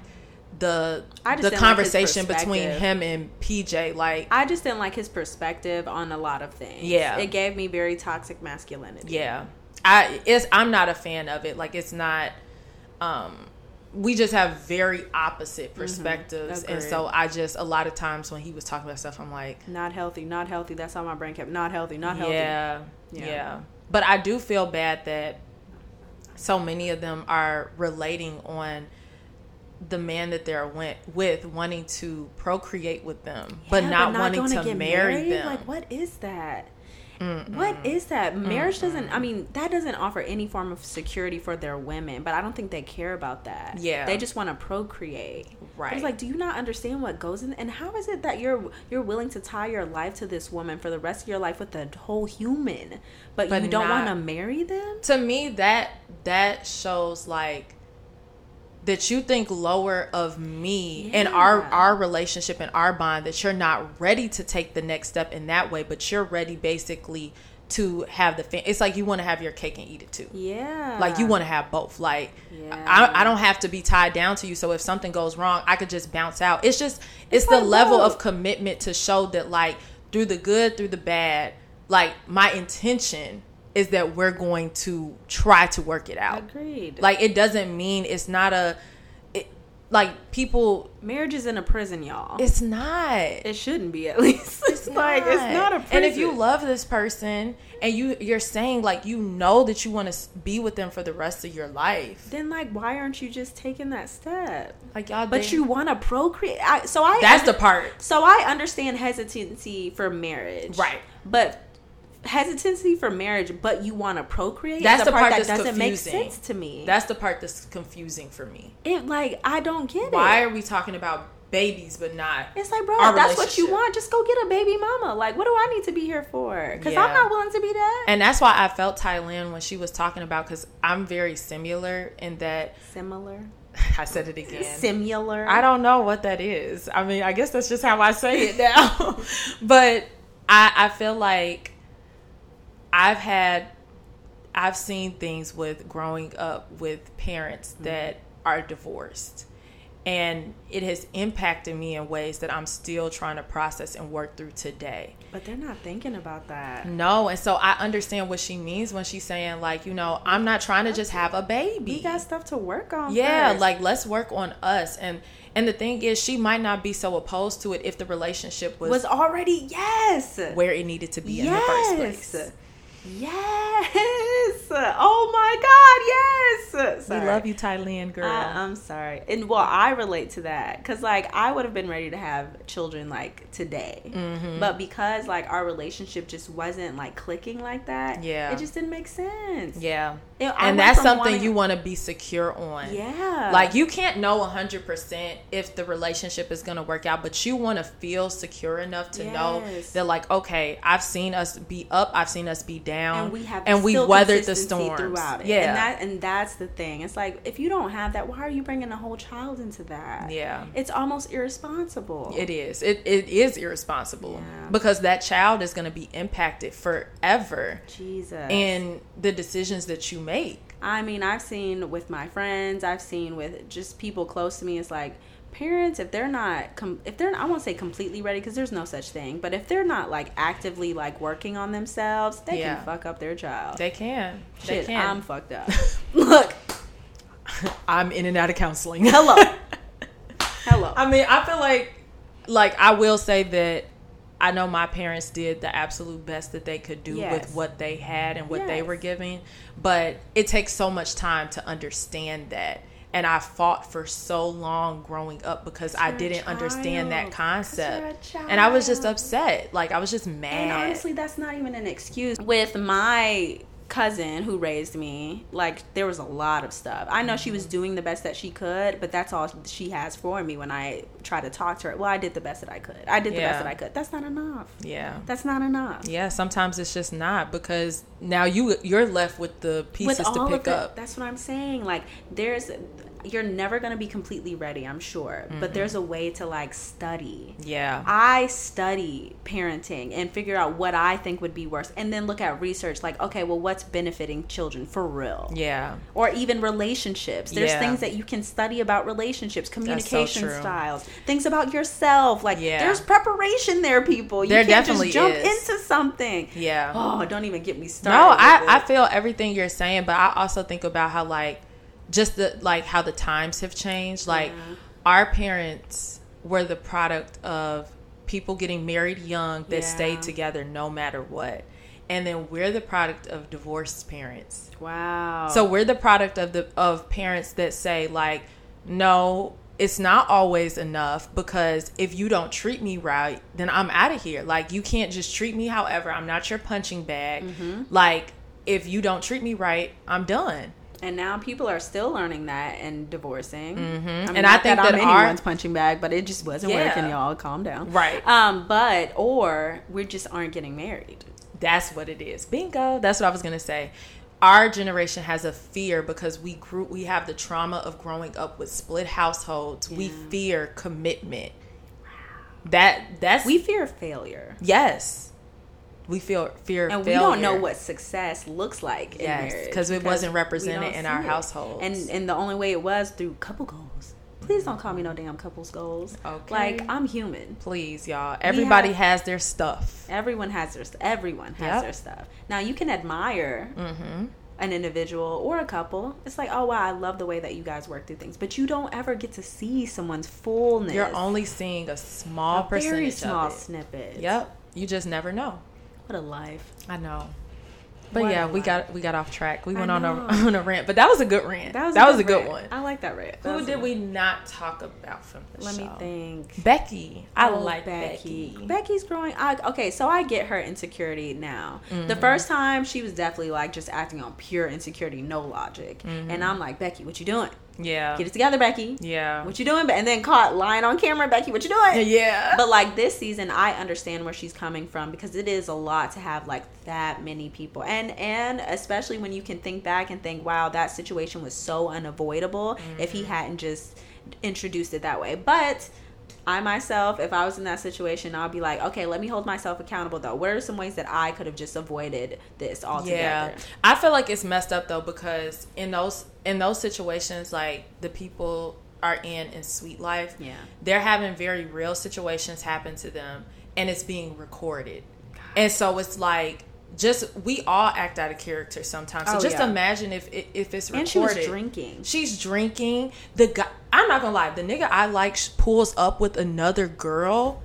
Speaker 6: the
Speaker 2: I just
Speaker 6: the
Speaker 2: didn't like his
Speaker 6: conversation between
Speaker 2: perspective.
Speaker 6: him and PJ. Like
Speaker 2: I just didn't like his perspective on a lot of things.
Speaker 6: Yeah.
Speaker 2: it gave me very toxic masculinity.
Speaker 6: yeah, I it's I'm not a fan of it. Like it's not. um we just have very opposite perspectives, and
Speaker 2: Mm-hmm. Agreed.
Speaker 6: so I just a lot of times when he was talking about stuff, I'm like,
Speaker 2: not healthy, not healthy. That's how my brain kept not healthy, not healthy.
Speaker 6: Yeah,
Speaker 2: Yeah.
Speaker 6: yeah. But I do feel bad that so many of them are relating on the man that they're went with wanting to procreate with them, but
Speaker 2: Yeah,
Speaker 6: not,
Speaker 2: gonna
Speaker 6: wanting to
Speaker 2: get
Speaker 6: marry
Speaker 2: married?
Speaker 6: them.
Speaker 2: Like, what is that? What is that? Marriage doesn't. I mean, that doesn't offer any form of security for their women. But I don't think they care about that.
Speaker 6: Yeah.
Speaker 2: they just want to procreate. But
Speaker 6: Right.
Speaker 2: It's like, do you not understand what goes in? And how is it that you're you're willing to tie your life to this woman for the rest of your life with a whole human, but,
Speaker 6: But
Speaker 2: you don't
Speaker 6: not-
Speaker 2: want to marry them?
Speaker 6: to me, that that shows like that you think lower of me and our
Speaker 2: Yeah.
Speaker 6: our relationship and our bond that you're not ready to take the next step in that way, but you're ready basically to have the fam- it's like you want to have your cake and eat it too.
Speaker 2: Yeah.
Speaker 6: like you want to have both like
Speaker 2: Uh-huh. Yeah.
Speaker 6: I, I don't have to be tied down to you so if something goes wrong i could just bounce out it's just it's, the
Speaker 2: like,
Speaker 6: level
Speaker 2: look.
Speaker 6: of commitment to show that like through the good through the bad like my intention is that we're going to try to work it out
Speaker 2: Agreed.
Speaker 6: like it doesn't mean it's not a it, like people
Speaker 2: marriage is in a prison, y'all.
Speaker 6: it's not
Speaker 2: It shouldn't be at least. It's like it's not a prison.
Speaker 6: And if you love this person and you you're saying like you know that you want to be with them for the rest of your life,
Speaker 2: then like why aren't you just taking that step?
Speaker 6: like y'all.
Speaker 2: But
Speaker 6: didn't-
Speaker 2: you want to procreate. I, so I
Speaker 6: that's the part.
Speaker 2: so I understand hesitancy for marriage,
Speaker 6: Right.
Speaker 2: But hesitancy for marriage, but you want to procreate. is
Speaker 6: That's the part
Speaker 2: that
Speaker 6: that's
Speaker 2: doesn't
Speaker 6: confusing.
Speaker 2: make sense to me.
Speaker 6: That's the part that's confusing for me.
Speaker 2: it. Like I don't get
Speaker 6: Why
Speaker 2: it.
Speaker 6: are we talking about babies but not?
Speaker 2: It's like, bro,
Speaker 6: our
Speaker 2: that's what you
Speaker 6: relationship?
Speaker 2: want. Just go get a baby mama. Like, what do I need to be here for? Because I'm
Speaker 6: Yeah.
Speaker 2: not willing to be that.
Speaker 6: And that's why I felt Thailand when she was talking about because I'm very similar in that.
Speaker 2: similar,
Speaker 6: I said it again.
Speaker 2: similar.
Speaker 6: I don't know what that is. I mean, I guess that's just how I say it now. but I I feel like I've had I've seen things with growing up with parents that are divorced. And it has impacted me in ways that I'm still trying to process and work through today.
Speaker 2: But they're not thinking about that.
Speaker 6: No, and so I understand what she means when she's saying like, you know, I'm not trying to just have a baby
Speaker 2: You got stuff to work on.
Speaker 6: yeah
Speaker 2: first.
Speaker 6: like let's work on us and and the thing is she might not be so opposed to it if the relationship was,
Speaker 2: was already yes.
Speaker 6: where it needed to be in the first place
Speaker 2: Yes. Yes. Yes. Oh my God. Yes.
Speaker 6: We
Speaker 2: Sorry.
Speaker 6: love you, Thailand girl.
Speaker 2: I, um, I'm sorry. And well, I relate to that because like I would have been ready to have children like today,
Speaker 6: Mm-hmm.
Speaker 2: but because like our relationship just wasn't like clicking like that.
Speaker 6: Yeah.
Speaker 2: it just didn't make sense.
Speaker 6: yeah.
Speaker 2: It- I
Speaker 6: And
Speaker 2: went
Speaker 6: that's
Speaker 2: from
Speaker 6: something
Speaker 2: wanting-
Speaker 6: you want to be secure on.
Speaker 2: Yeah,
Speaker 6: Like you can't know 100% if the relationship is going to work out, but you want to feel secure enough to know
Speaker 2: Yes.
Speaker 6: that like okay, I've seen us be up, I've seen us be down
Speaker 2: and we have
Speaker 6: and we
Speaker 2: still
Speaker 6: weathered the
Speaker 2: consistency
Speaker 6: storms.
Speaker 2: throughout it.
Speaker 6: Yeah.
Speaker 2: and that and that's the thing. It's like if you don't have that, why are you bringing a whole child into that?
Speaker 6: yeah.
Speaker 2: it's almost irresponsible.
Speaker 6: It is. It it is irresponsible
Speaker 2: Yeah.
Speaker 6: because that child is going to be impacted forever
Speaker 2: Jesus.
Speaker 6: in the decisions that you make.
Speaker 2: I mean, I've seen with my friends, I've seen with just people close to me. It's like parents, if they're not, com- if they're, I won't say completely ready because there's no such thing, but if they're not like actively like working on themselves, they
Speaker 6: Yeah.
Speaker 2: can fuck up their child.
Speaker 6: They can.
Speaker 2: Shit,
Speaker 6: they can.
Speaker 2: I'm fucked up. Look,
Speaker 6: I'm in and out of counseling.
Speaker 2: hello, hello.
Speaker 6: I mean, I feel like like I will say that I know my parents did the absolute best that they could do
Speaker 2: Yes.
Speaker 6: with what they had and what they
Speaker 2: Yes.
Speaker 6: were giving, but it takes so much time to understand that. And I fought for so long growing up because I
Speaker 2: you're a
Speaker 6: didn't understand that
Speaker 2: child. 'Cause you're a
Speaker 6: concept. And I was just
Speaker 2: child.
Speaker 6: upset. Like I was just
Speaker 2: And
Speaker 6: mad.
Speaker 2: honestly, that's not even an excuse. With my cousin who raised me, like there was a lot of stuff. I know she was doing the best that she could, but that's all she has for me when I try to talk to her. Well, I did the best that I could. I did the
Speaker 6: Yeah.
Speaker 2: best that I could. That's not enough.
Speaker 6: yeah.
Speaker 2: That's not enough.
Speaker 6: Yeah, sometimes it's just not because now you you're left with the pieces
Speaker 2: With
Speaker 6: to
Speaker 2: all
Speaker 6: pick
Speaker 2: of it,
Speaker 6: up.
Speaker 2: that's what I'm saying. Like there's you're never going to be completely ready, I'm sure, but there's a way to like study.
Speaker 6: Yeah.
Speaker 2: I study parenting and figure out what I think would be worse, and then look at research like, okay, well, what's benefiting children for real?
Speaker 6: yeah.
Speaker 2: Or even relationships. There's
Speaker 6: Yeah.
Speaker 2: things that you can study about relationships, communication
Speaker 6: true.
Speaker 2: styles, things about yourself. Like,
Speaker 6: Yeah.
Speaker 2: there's preparation there, people. You
Speaker 6: There
Speaker 2: can't
Speaker 6: definitely
Speaker 2: just jump
Speaker 6: is.
Speaker 2: into something.
Speaker 6: Yeah.
Speaker 2: Oh, don't even get me started.
Speaker 6: No,
Speaker 2: with
Speaker 6: I, I
Speaker 2: it.
Speaker 6: feel everything you're saying, but I also think about how like just the like how the times have changed. Like our parents were the product of people getting married young that
Speaker 2: Yeah.
Speaker 6: stayed together no matter what. And then we're the product of divorced parents.
Speaker 2: wow.
Speaker 6: So we're the product of the of parents that say like, no, it's not always enough because if you don't treat me right, then I'm out of here. Like you can't just treat me however. I'm not your punching bag. Like if you don't treat me right, I'm done.
Speaker 2: and now people are still learning that and divorcing. Mm-hmm.
Speaker 6: And I think that our-
Speaker 2: anyone's punching bag, but it just wasn't
Speaker 6: Yeah.
Speaker 2: working. Y'all, calm down.
Speaker 6: Right.
Speaker 2: Um, but or we just aren't getting married.
Speaker 6: That's what it is. Bingo. That's what I was gonna say. Our generation has a fear because we grew we have the trauma of growing up with split households. We fear commitment. That that's
Speaker 2: We fear failure,
Speaker 6: Yes. We feel fear of
Speaker 2: and
Speaker 6: failure.
Speaker 2: we don't know what success looks like in
Speaker 6: Yes,
Speaker 2: marriage
Speaker 6: 'cause it wasn't
Speaker 2: we
Speaker 6: represented
Speaker 2: don't
Speaker 6: in
Speaker 2: see
Speaker 6: our
Speaker 2: it.
Speaker 6: households.
Speaker 2: And and the only way it was through couple goals. Please don't call me no damn couples goals.
Speaker 6: Okay.
Speaker 2: Like I'm human.
Speaker 6: Please, y'all. Everybody
Speaker 2: have-
Speaker 6: has their stuff.
Speaker 2: Everyone has their everyone has
Speaker 6: Yep. Mm-hmm.
Speaker 2: their stuff. Now you can admire an individual or a couple. It's like, oh wow, I love the way that you guys work through things, but you don't ever get to see someone's fullness.
Speaker 6: You're only seeing a small
Speaker 2: a
Speaker 6: percentage
Speaker 2: very small
Speaker 6: of it.
Speaker 2: snippet.
Speaker 6: Yep. You just never know.
Speaker 2: What a life.
Speaker 6: I know. But
Speaker 2: What
Speaker 6: yeah,
Speaker 2: a
Speaker 6: we
Speaker 2: lot.
Speaker 6: got we got off track. We
Speaker 2: I
Speaker 6: went on a
Speaker 2: know.
Speaker 6: on a rant, but that was a good rant. That was, a good,
Speaker 2: rant.
Speaker 6: one.
Speaker 2: I like that rant. That
Speaker 6: Who
Speaker 2: was a-
Speaker 6: did we not talk about from the
Speaker 2: Let
Speaker 6: show?
Speaker 2: me think.
Speaker 6: Becky. I
Speaker 2: Oh,
Speaker 6: like Becky.
Speaker 2: Becky's growing. I, okay, so I get her insecurity now.
Speaker 6: Mm-hmm.
Speaker 2: The first time she was definitely like just acting on pure insecurity, no logic,
Speaker 6: Mm-hmm.
Speaker 2: and I'm like, Becky, what you doing?
Speaker 6: Yeah.
Speaker 2: Get it together, Becky.
Speaker 6: Yeah.
Speaker 2: What you doing? And then caught lying on camera, Becky. What you doing?
Speaker 6: yeah.
Speaker 2: But like this season, I understand where she's coming from because it is a lot to have like that many people, and and especially when you can think back and think, wow, that situation was so unavoidable if
Speaker 6: Mm-hmm.
Speaker 2: he hadn't just introduced it that way. But I myself, if I was in that situation, I'll be like, okay, let me hold myself accountable though. What are some ways that I could have just avoided this altogether?
Speaker 6: I feel like it's messed up though because in those in those situations, like the people are in in sweet life,
Speaker 2: Yeah.
Speaker 6: they're having very real situations happen to them, and it's being recorded, and so it's like just we all act out of character sometimes. So
Speaker 2: Oh,
Speaker 6: just
Speaker 2: yeah.
Speaker 6: imagine if it, if it's recorded.
Speaker 2: And she was drinking.
Speaker 6: She's drinking. The guy. I'm not gonna lie. The nigga I like sh- pulls up with another girl.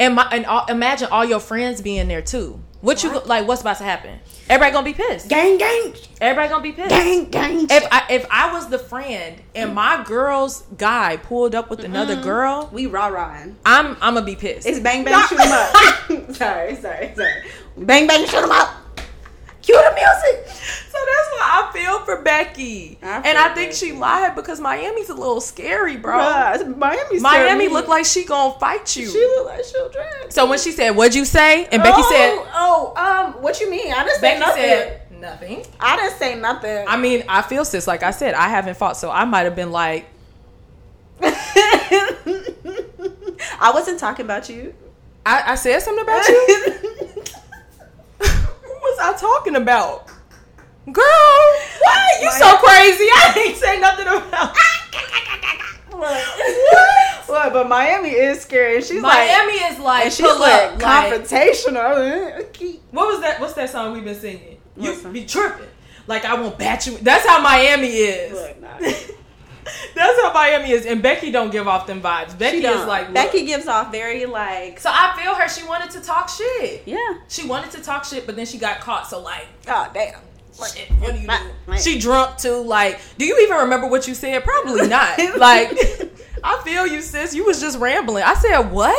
Speaker 6: And my and all, imagine all your friends being there too. What you go- like? What's about to happen? Everybody gonna be pissed.
Speaker 2: Gang, gang,
Speaker 6: Everybody gonna be pissed.
Speaker 2: gang, gang.
Speaker 6: If I if I was the friend and my girl's guy pulled up with another girl,
Speaker 2: we rah rahing.
Speaker 6: I'm I'm gonna be pissed.
Speaker 2: It's bang bang shoot 'em up. sorry, sorry, sorry. Bang bang shoot 'em up. Cue the music.
Speaker 6: So that's why I feel for Becky.
Speaker 2: I feel
Speaker 6: and I
Speaker 2: for
Speaker 6: think she lied because Miami's a little scary, bro.
Speaker 2: Bruh, it's Uh, Miami.
Speaker 6: Miami
Speaker 2: look
Speaker 6: looked like she gonna fight you.
Speaker 2: she look like she'll drag.
Speaker 6: so when she said, "What'd you say?" and Becky said,
Speaker 2: "Oh, oh, um, what you mean? I didn't say
Speaker 6: "Becky
Speaker 2: nothing.
Speaker 6: said nothing."
Speaker 2: I didn't say nothing.
Speaker 6: I mean, I feel sis. Like I said, I haven't fought, so I might have been like,
Speaker 2: I wasn't talking about you.
Speaker 6: I, I said something about you. what was I talking about? Girl, what? You so crazy. I ain't say nothing about
Speaker 2: What? But Miami is scary. and She's like,
Speaker 6: Miami is like,
Speaker 2: and she's
Speaker 6: pull
Speaker 2: like
Speaker 6: up, like,
Speaker 2: confrontational.
Speaker 6: What was that? What's that song we've been singing? You
Speaker 2: Listen.
Speaker 6: be tripping. Like I won't bat you. That's how Miami is.
Speaker 2: Look, nah.
Speaker 6: That's how Miami is. And Becky don't give off them vibes. Becky is like look.
Speaker 2: Becky gives off very like,
Speaker 6: So I feel her. She wanted to talk shit.
Speaker 2: yeah.
Speaker 6: She wanted to talk shit, but then she got caught. So like,
Speaker 2: Oh damn.
Speaker 6: shit, what do you do? She drunk too. Like, do you even remember what you said? Probably not. like, I feel you, sis. You was just rambling. I said what?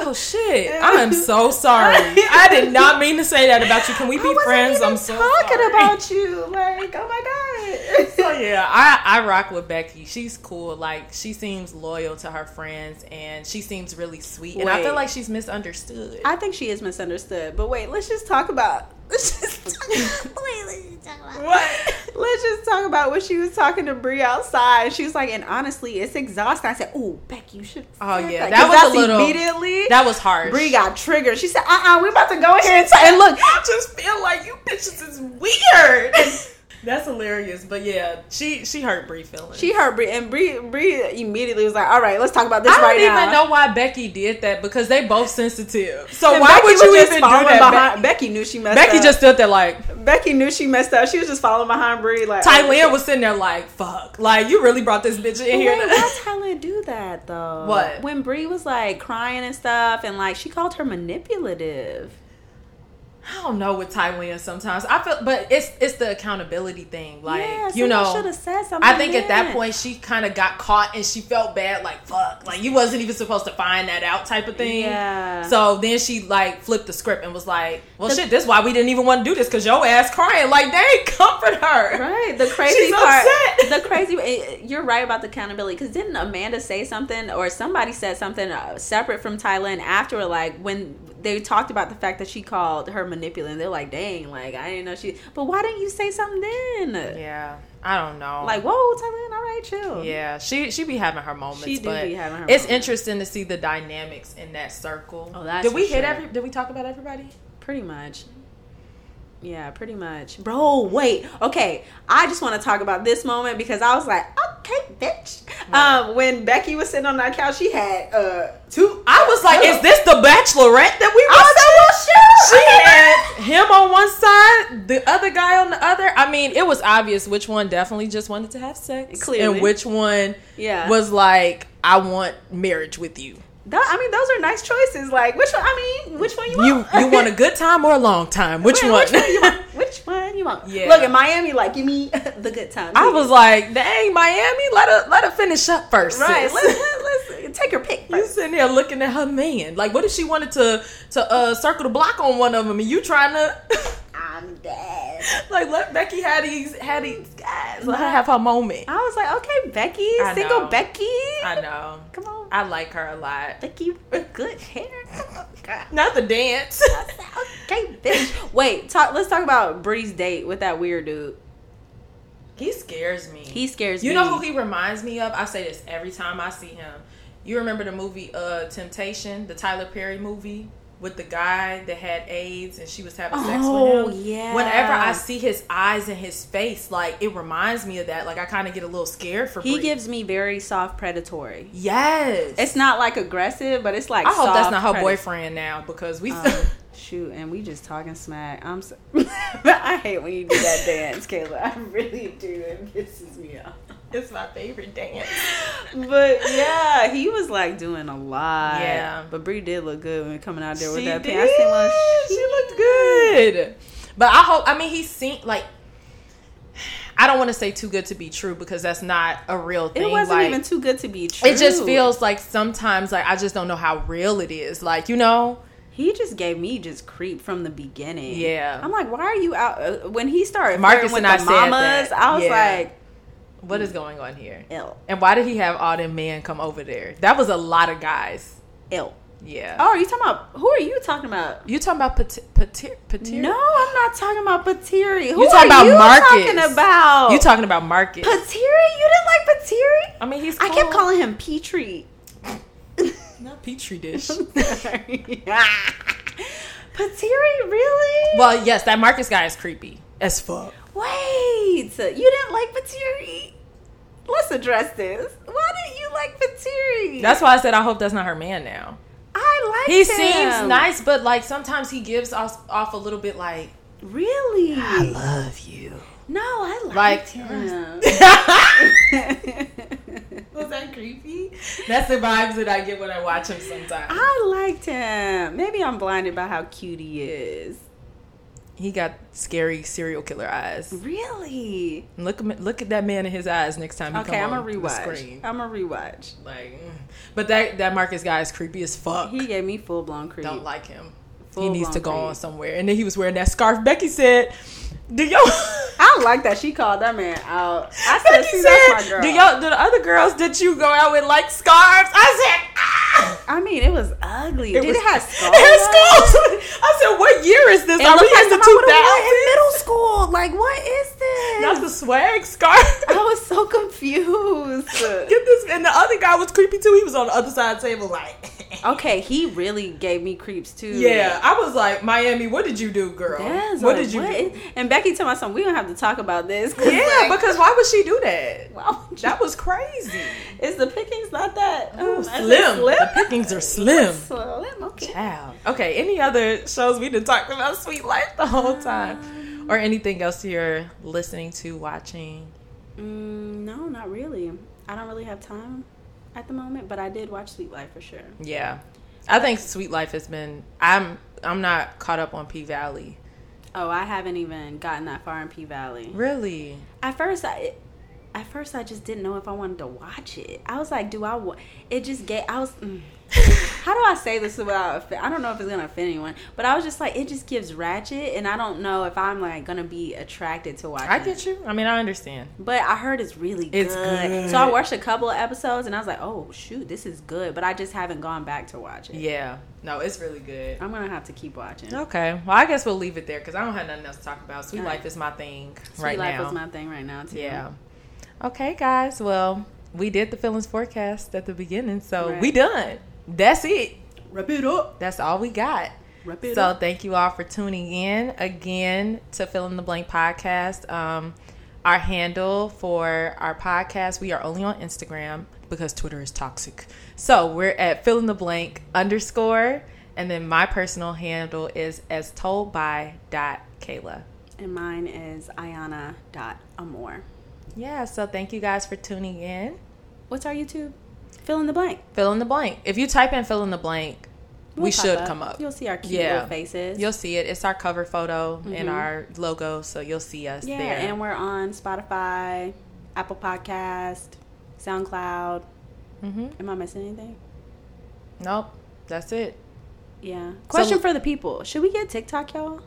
Speaker 6: Oh shit! I am so sorry. I did not mean to say that about you. Can we be friends? I'm so
Speaker 2: talking
Speaker 6: sorry.
Speaker 2: about you. Like, oh my god.
Speaker 6: So yeah, I I rock with Becky. She's cool. Like she seems loyal to her friends, and she seems really sweet. And I
Speaker 2: Wait.
Speaker 6: feel like she's misunderstood.
Speaker 2: I think she is misunderstood. But wait, let's just talk about. Let's just talk, wait, let's just talk about what? Let's just talk about what she was talking to Brie outside. She was like, and honestly, it's exhausting. I said, oh, Becky, you should.
Speaker 6: Oh,
Speaker 2: said
Speaker 6: yeah,
Speaker 2: 'Cause
Speaker 6: that was a
Speaker 2: that's
Speaker 6: little-
Speaker 2: Immediately,
Speaker 6: that was harsh.
Speaker 2: Brie got triggered. She said, uh, uh we about to go in here and, t- and look.
Speaker 6: I just feel like you bitches is weird. That's hilarious. But yeah, she she hurt Bree feelings.
Speaker 2: She heard Brie, and Brie, Brie immediately was like, all right, let's talk about this
Speaker 6: I don't
Speaker 2: right
Speaker 6: even
Speaker 2: now.
Speaker 6: know why Becky did that because they both sensitive. So
Speaker 2: And
Speaker 6: why
Speaker 2: Becky
Speaker 6: would
Speaker 2: was
Speaker 6: you
Speaker 2: just
Speaker 6: even do
Speaker 2: following
Speaker 6: that?
Speaker 2: Behind, Becky knew she messed
Speaker 6: Becky
Speaker 2: up.
Speaker 6: just stood there like
Speaker 2: Becky knew she messed up. She was just following behind Brie. Like oh,
Speaker 6: Thailand was sitting there like fuck. Like you really brought this bitch in here.
Speaker 2: Wait,
Speaker 6: to-
Speaker 2: why Tyler do that though?
Speaker 6: What?
Speaker 2: When Brie was like crying and stuff, and like she called her manipulative.
Speaker 6: I don't know with Taiwan sometimes. I feel, but it's it's the accountability thing. Like you
Speaker 2: should
Speaker 6: know,
Speaker 2: have said something.
Speaker 6: I think at that
Speaker 2: then.
Speaker 6: point she kind of got caught and she felt bad. Like fuck, like you wasn't even supposed to find that out type of thing.
Speaker 2: yeah.
Speaker 6: So then she like flipped the script and was like, "Well, shit, this why we didn't even want to do this because your ass crying like they ain't comfort her."
Speaker 2: right, the crazy
Speaker 6: She's
Speaker 2: part.
Speaker 6: upset.
Speaker 2: The crazy. eh, You're right about the accountability because didn't Amanda say something or somebody said something uh, separate from Thailand after like when they talked about the fact that she called her manipulative? They're like, dang, like I didn't know she. But why didn't you say something then?
Speaker 6: Yeah, I don't know.
Speaker 2: Like, whoa, Thailand, all right, chill.
Speaker 6: yeah, she she be having her moments,
Speaker 2: She do
Speaker 6: but
Speaker 2: be having her
Speaker 6: it's
Speaker 2: moments.
Speaker 6: interesting to see the dynamics in that circle.
Speaker 2: Oh, that's
Speaker 6: did we
Speaker 2: for
Speaker 6: hit
Speaker 2: sure.
Speaker 6: every? Did we talk about everybody?
Speaker 2: Pretty much. Yeah, pretty much. Bro, wait. Okay, I just want to talk about this moment because I was like, okay, bitch. Um, when Becky was sitting on that couch, she had uh two.
Speaker 6: I was like, is this the Bachelorette that we watched? She had him on one side, the other guy on the other. I mean, it was obvious which one definitely just wanted to have sex,
Speaker 2: Clearly.
Speaker 6: and which one
Speaker 2: Yeah.
Speaker 6: was like, I want marriage with you.
Speaker 2: Tho- I mean, those are nice choices. Like, which one? I mean, which one you
Speaker 6: You
Speaker 2: want?
Speaker 6: you want a good time or a long time? Which
Speaker 2: Which
Speaker 6: one?
Speaker 2: Which one you want? Which one you want?
Speaker 6: Yeah.
Speaker 2: Look at Miami. Like, give me the good time.
Speaker 6: I was like, dang, Miami, let her let her finish up first.
Speaker 2: right.
Speaker 6: sis.
Speaker 2: Let's, let's take your pick.
Speaker 6: You
Speaker 2: First.
Speaker 6: sitting there looking at her man. Like, what if she wanted to to uh, circle the block on one of them, and you trying to?
Speaker 2: I'm dead.
Speaker 6: Like let Becky have these have these guys. Let her have her moment.
Speaker 2: I was like, okay, Becky,
Speaker 6: I
Speaker 2: single
Speaker 6: know.
Speaker 2: Becky.
Speaker 6: I know.
Speaker 2: Come on.
Speaker 6: I like her a lot.
Speaker 2: Becky with good hair. Oh, God.
Speaker 6: Not the dance.
Speaker 2: Okay, bitch. Wait, talk. Let's talk about Bree's date with that weird dude.
Speaker 6: he scares me.
Speaker 2: He scares
Speaker 6: you
Speaker 2: me.
Speaker 6: know who he reminds me of? I say this every time I see him. You remember the movie uh Temptation, the Tyler Perry movie with the guy that had AIDS and she was having sex
Speaker 2: Oh,
Speaker 6: with him?
Speaker 2: yeah.
Speaker 6: Whenever I see his eyes and his face, like it reminds me of that. Like I kind of get a little scared for
Speaker 2: He
Speaker 6: Bree.
Speaker 2: gives me very soft predatory.
Speaker 6: Yes.
Speaker 2: It's not like aggressive, but it's like.
Speaker 6: I hope that's
Speaker 2: soft
Speaker 6: not her
Speaker 2: predat-
Speaker 6: boyfriend now because we
Speaker 2: Um, shoot, and we just talking smack. I'm. So- I hate when you do that dance, Kayla. I really do. It pisses me off.
Speaker 6: It's my favorite dance.
Speaker 2: But yeah, he was like doing a lot.
Speaker 6: Yeah.
Speaker 2: But Brie did look good when coming out there with
Speaker 6: She
Speaker 2: that
Speaker 6: did.
Speaker 2: pants. I seen one.
Speaker 6: She looked good. But I hope. I mean, he seemed like. I don't want to say too good to be true because that's not a real thing.
Speaker 2: It wasn't
Speaker 6: like,
Speaker 2: even too good to be true.
Speaker 6: It just feels like sometimes, like I just don't know how real it is. Like you know,
Speaker 2: He just gave me just creep from the beginning.
Speaker 6: Yeah.
Speaker 2: I'm like, why are you out? uh, When he started
Speaker 6: Marcus
Speaker 2: flirting with
Speaker 6: and I
Speaker 2: the
Speaker 6: said
Speaker 2: mamas,
Speaker 6: that.
Speaker 2: I was
Speaker 6: Yeah.
Speaker 2: like,
Speaker 6: what is going on here?
Speaker 2: ill,
Speaker 6: And why did he have all them men come over there? That was a lot of guys.
Speaker 2: ill.
Speaker 6: Yeah.
Speaker 2: Oh, are you talking about? Who are you talking about?
Speaker 6: You talking about Patir? Patir? Patir?
Speaker 2: No, I'm not talking about Patiri. Who
Speaker 6: You talking
Speaker 2: are
Speaker 6: about
Speaker 2: you
Speaker 6: Marcus.
Speaker 2: talking about?
Speaker 6: You talking about Marcus?
Speaker 2: Patiri? You didn't like Patiri?
Speaker 6: I mean, he's.
Speaker 2: I kept
Speaker 6: cool.
Speaker 2: calling him Petrie.
Speaker 6: not petri dish.
Speaker 2: Patiri, really?
Speaker 6: well, yes, that Marcus guy is creepy as fuck.
Speaker 2: Wait, you didn't like Patiri? Let's address this. Why didn't you like Patiri?
Speaker 6: That's why I said I hope that's not her man now.
Speaker 2: I like.
Speaker 6: He
Speaker 2: him.
Speaker 6: seems nice, but like sometimes he gives us off a little bit like
Speaker 2: Really?
Speaker 6: love you.
Speaker 2: No, I liked
Speaker 6: Like-
Speaker 2: him.
Speaker 6: Was that creepy? That's the vibes that I get when I watch him sometimes.
Speaker 2: I liked him. Maybe I'm blinded by how cute he is.
Speaker 6: He got scary serial killer eyes.
Speaker 2: Really?
Speaker 6: Look him- look at that man in his eyes next time. He
Speaker 2: Okay, I'm
Speaker 6: come
Speaker 2: gonna
Speaker 6: on The
Speaker 2: rewatch. Oh.
Speaker 6: screen.
Speaker 2: I'm gonna rewatch.
Speaker 6: Like, mm. but that that Marcus guy is creepy as fuck.
Speaker 2: He gave me full blown creep.
Speaker 6: Don't like him. he
Speaker 2: Full
Speaker 6: needs to go
Speaker 2: blown creep.
Speaker 6: on somewhere. And then he was wearing that scarf. Becky said, "Do yo?"
Speaker 2: I like that she called that man out. I said,
Speaker 6: Becky
Speaker 2: "See, that's my
Speaker 6: said,
Speaker 2: girl."
Speaker 6: "Do yo? Do the other girls that you go out with like scarves?" I said, "Ah."
Speaker 2: I mean, it was ugly. Did
Speaker 6: was-
Speaker 2: it have
Speaker 6: It
Speaker 2: skulls?
Speaker 6: had skulls. I said, "What year is this?
Speaker 2: It
Speaker 6: Are we
Speaker 2: looked like
Speaker 6: in the
Speaker 2: somebody
Speaker 6: two
Speaker 2: would've wore it in
Speaker 6: thousands?
Speaker 2: middle school. Like, what is this?
Speaker 6: That's the swag scarf."
Speaker 2: I was so confused.
Speaker 6: Get this, and the other guy was creepy too. He was on the other side of the table, like.
Speaker 2: okay, he really gave me creeps too.
Speaker 6: Yeah, I was like, Miami, what did you do, girl?
Speaker 2: Yes,
Speaker 6: what
Speaker 2: like,
Speaker 6: did you
Speaker 2: what
Speaker 6: do?
Speaker 2: is- And Becky told me something. We don't have to talk about this. 'cause,
Speaker 6: Yeah,
Speaker 2: like,
Speaker 6: because why would she do that?
Speaker 2: why would you-
Speaker 6: That was crazy.
Speaker 2: is the pickings not that um, is it
Speaker 6: slim. The
Speaker 2: Slim.
Speaker 6: pickings are slim.
Speaker 2: Slim. Okay.
Speaker 6: Wow. Okay, any other shows we done talked about Sweet Life the whole
Speaker 2: Um,
Speaker 6: time? Or anything else you're listening to, watching?
Speaker 2: Mm, no, not really. I don't really have time at the moment, but I did watch Sweet Life for sure.
Speaker 6: Yeah. I think Sweet Life has been I'm I'm not caught up on P Valley.
Speaker 2: Oh, I haven't even gotten that far in P Valley.
Speaker 6: Really?
Speaker 2: At first, I. At first, I just didn't know if I wanted to watch it. I was like, "Do I?" Wa-? It just gave. I was. Mm. How do I say this without? offe- I don't know if it's gonna offend anyone, but I was just like, it just gives ratchet, and I don't know if I'm like gonna be attracted to watching.
Speaker 6: I
Speaker 2: it.
Speaker 6: get you. I mean I understand.
Speaker 2: But I heard it's really good.
Speaker 6: It's good.
Speaker 2: So I watched a couple of episodes and I was like, oh, shoot, this is good. But I just haven't gone back to watch it.
Speaker 6: Yeah. No, it's really good.
Speaker 2: I'm going to have to keep watching.
Speaker 6: Okay. Well, I guess we'll leave it there because I don't have nothing else to talk about. Sweet
Speaker 2: All right.
Speaker 6: Life is my thing
Speaker 2: Sweet
Speaker 6: right
Speaker 2: Life
Speaker 6: now.
Speaker 2: was my thing right now, too.
Speaker 6: yeah. Okay, guys. Well, we did the feelings forecast at the beginning, so
Speaker 2: Right.
Speaker 6: we done. That's it.
Speaker 2: Wrap it up.
Speaker 6: That's all we got.
Speaker 2: Wrap it
Speaker 6: So
Speaker 2: up.
Speaker 6: thank you all for tuning in again to Fill in the Blank podcast. Um, our handle for our podcast, we are only on Instagram because Twitter is toxic. So we're at fill in the blank underscore, and then my personal handle is as told by dot Kayla.
Speaker 2: And mine is Ayana.amor.
Speaker 6: Yeah. So thank you guys for tuning in.
Speaker 2: What's our YouTube? Fill in the blank.
Speaker 6: Fill in the blank. If you type in fill in the blank, we
Speaker 2: We'll pop
Speaker 6: should come up.
Speaker 2: You'll see our cute
Speaker 6: Yeah.
Speaker 2: little faces.
Speaker 6: You'll see it. It's our cover photo and our logo, so you'll see us
Speaker 2: Mm-hmm. yeah.
Speaker 6: there.
Speaker 2: And we're on Spotify, Apple Podcast, SoundCloud.
Speaker 6: Mhm.
Speaker 2: Am I missing anything?
Speaker 6: Nope. That's it.
Speaker 2: Yeah. Question
Speaker 6: So-
Speaker 2: for the people Should we get TikTok, y'all?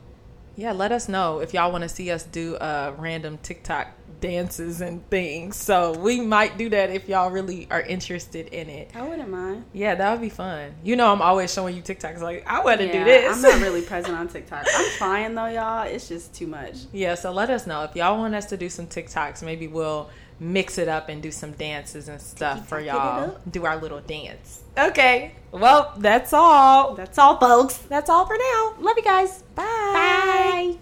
Speaker 6: Yeah, let us know if y'all want to see us do uh, random TikTok dances and things. So we might do that if y'all really are interested in it.
Speaker 2: I wouldn't mind.
Speaker 6: Yeah, that would be fun. You know, I'm always showing you TikToks. Like, I want to
Speaker 2: Yeah,
Speaker 6: do this.
Speaker 2: I'm not really present on TikTok. I'm trying though, y'all. It's just too much.
Speaker 6: yeah, so let us know if y'all want us to do some TikToks. Maybe we'll mix it up and do some dances and stuff for
Speaker 2: TikTok it
Speaker 6: y'all.
Speaker 2: up.
Speaker 6: Do our little dance. Okay. Well, that's all.
Speaker 2: That's all, folks.
Speaker 6: That's all for now.
Speaker 2: Love you guys. Bye.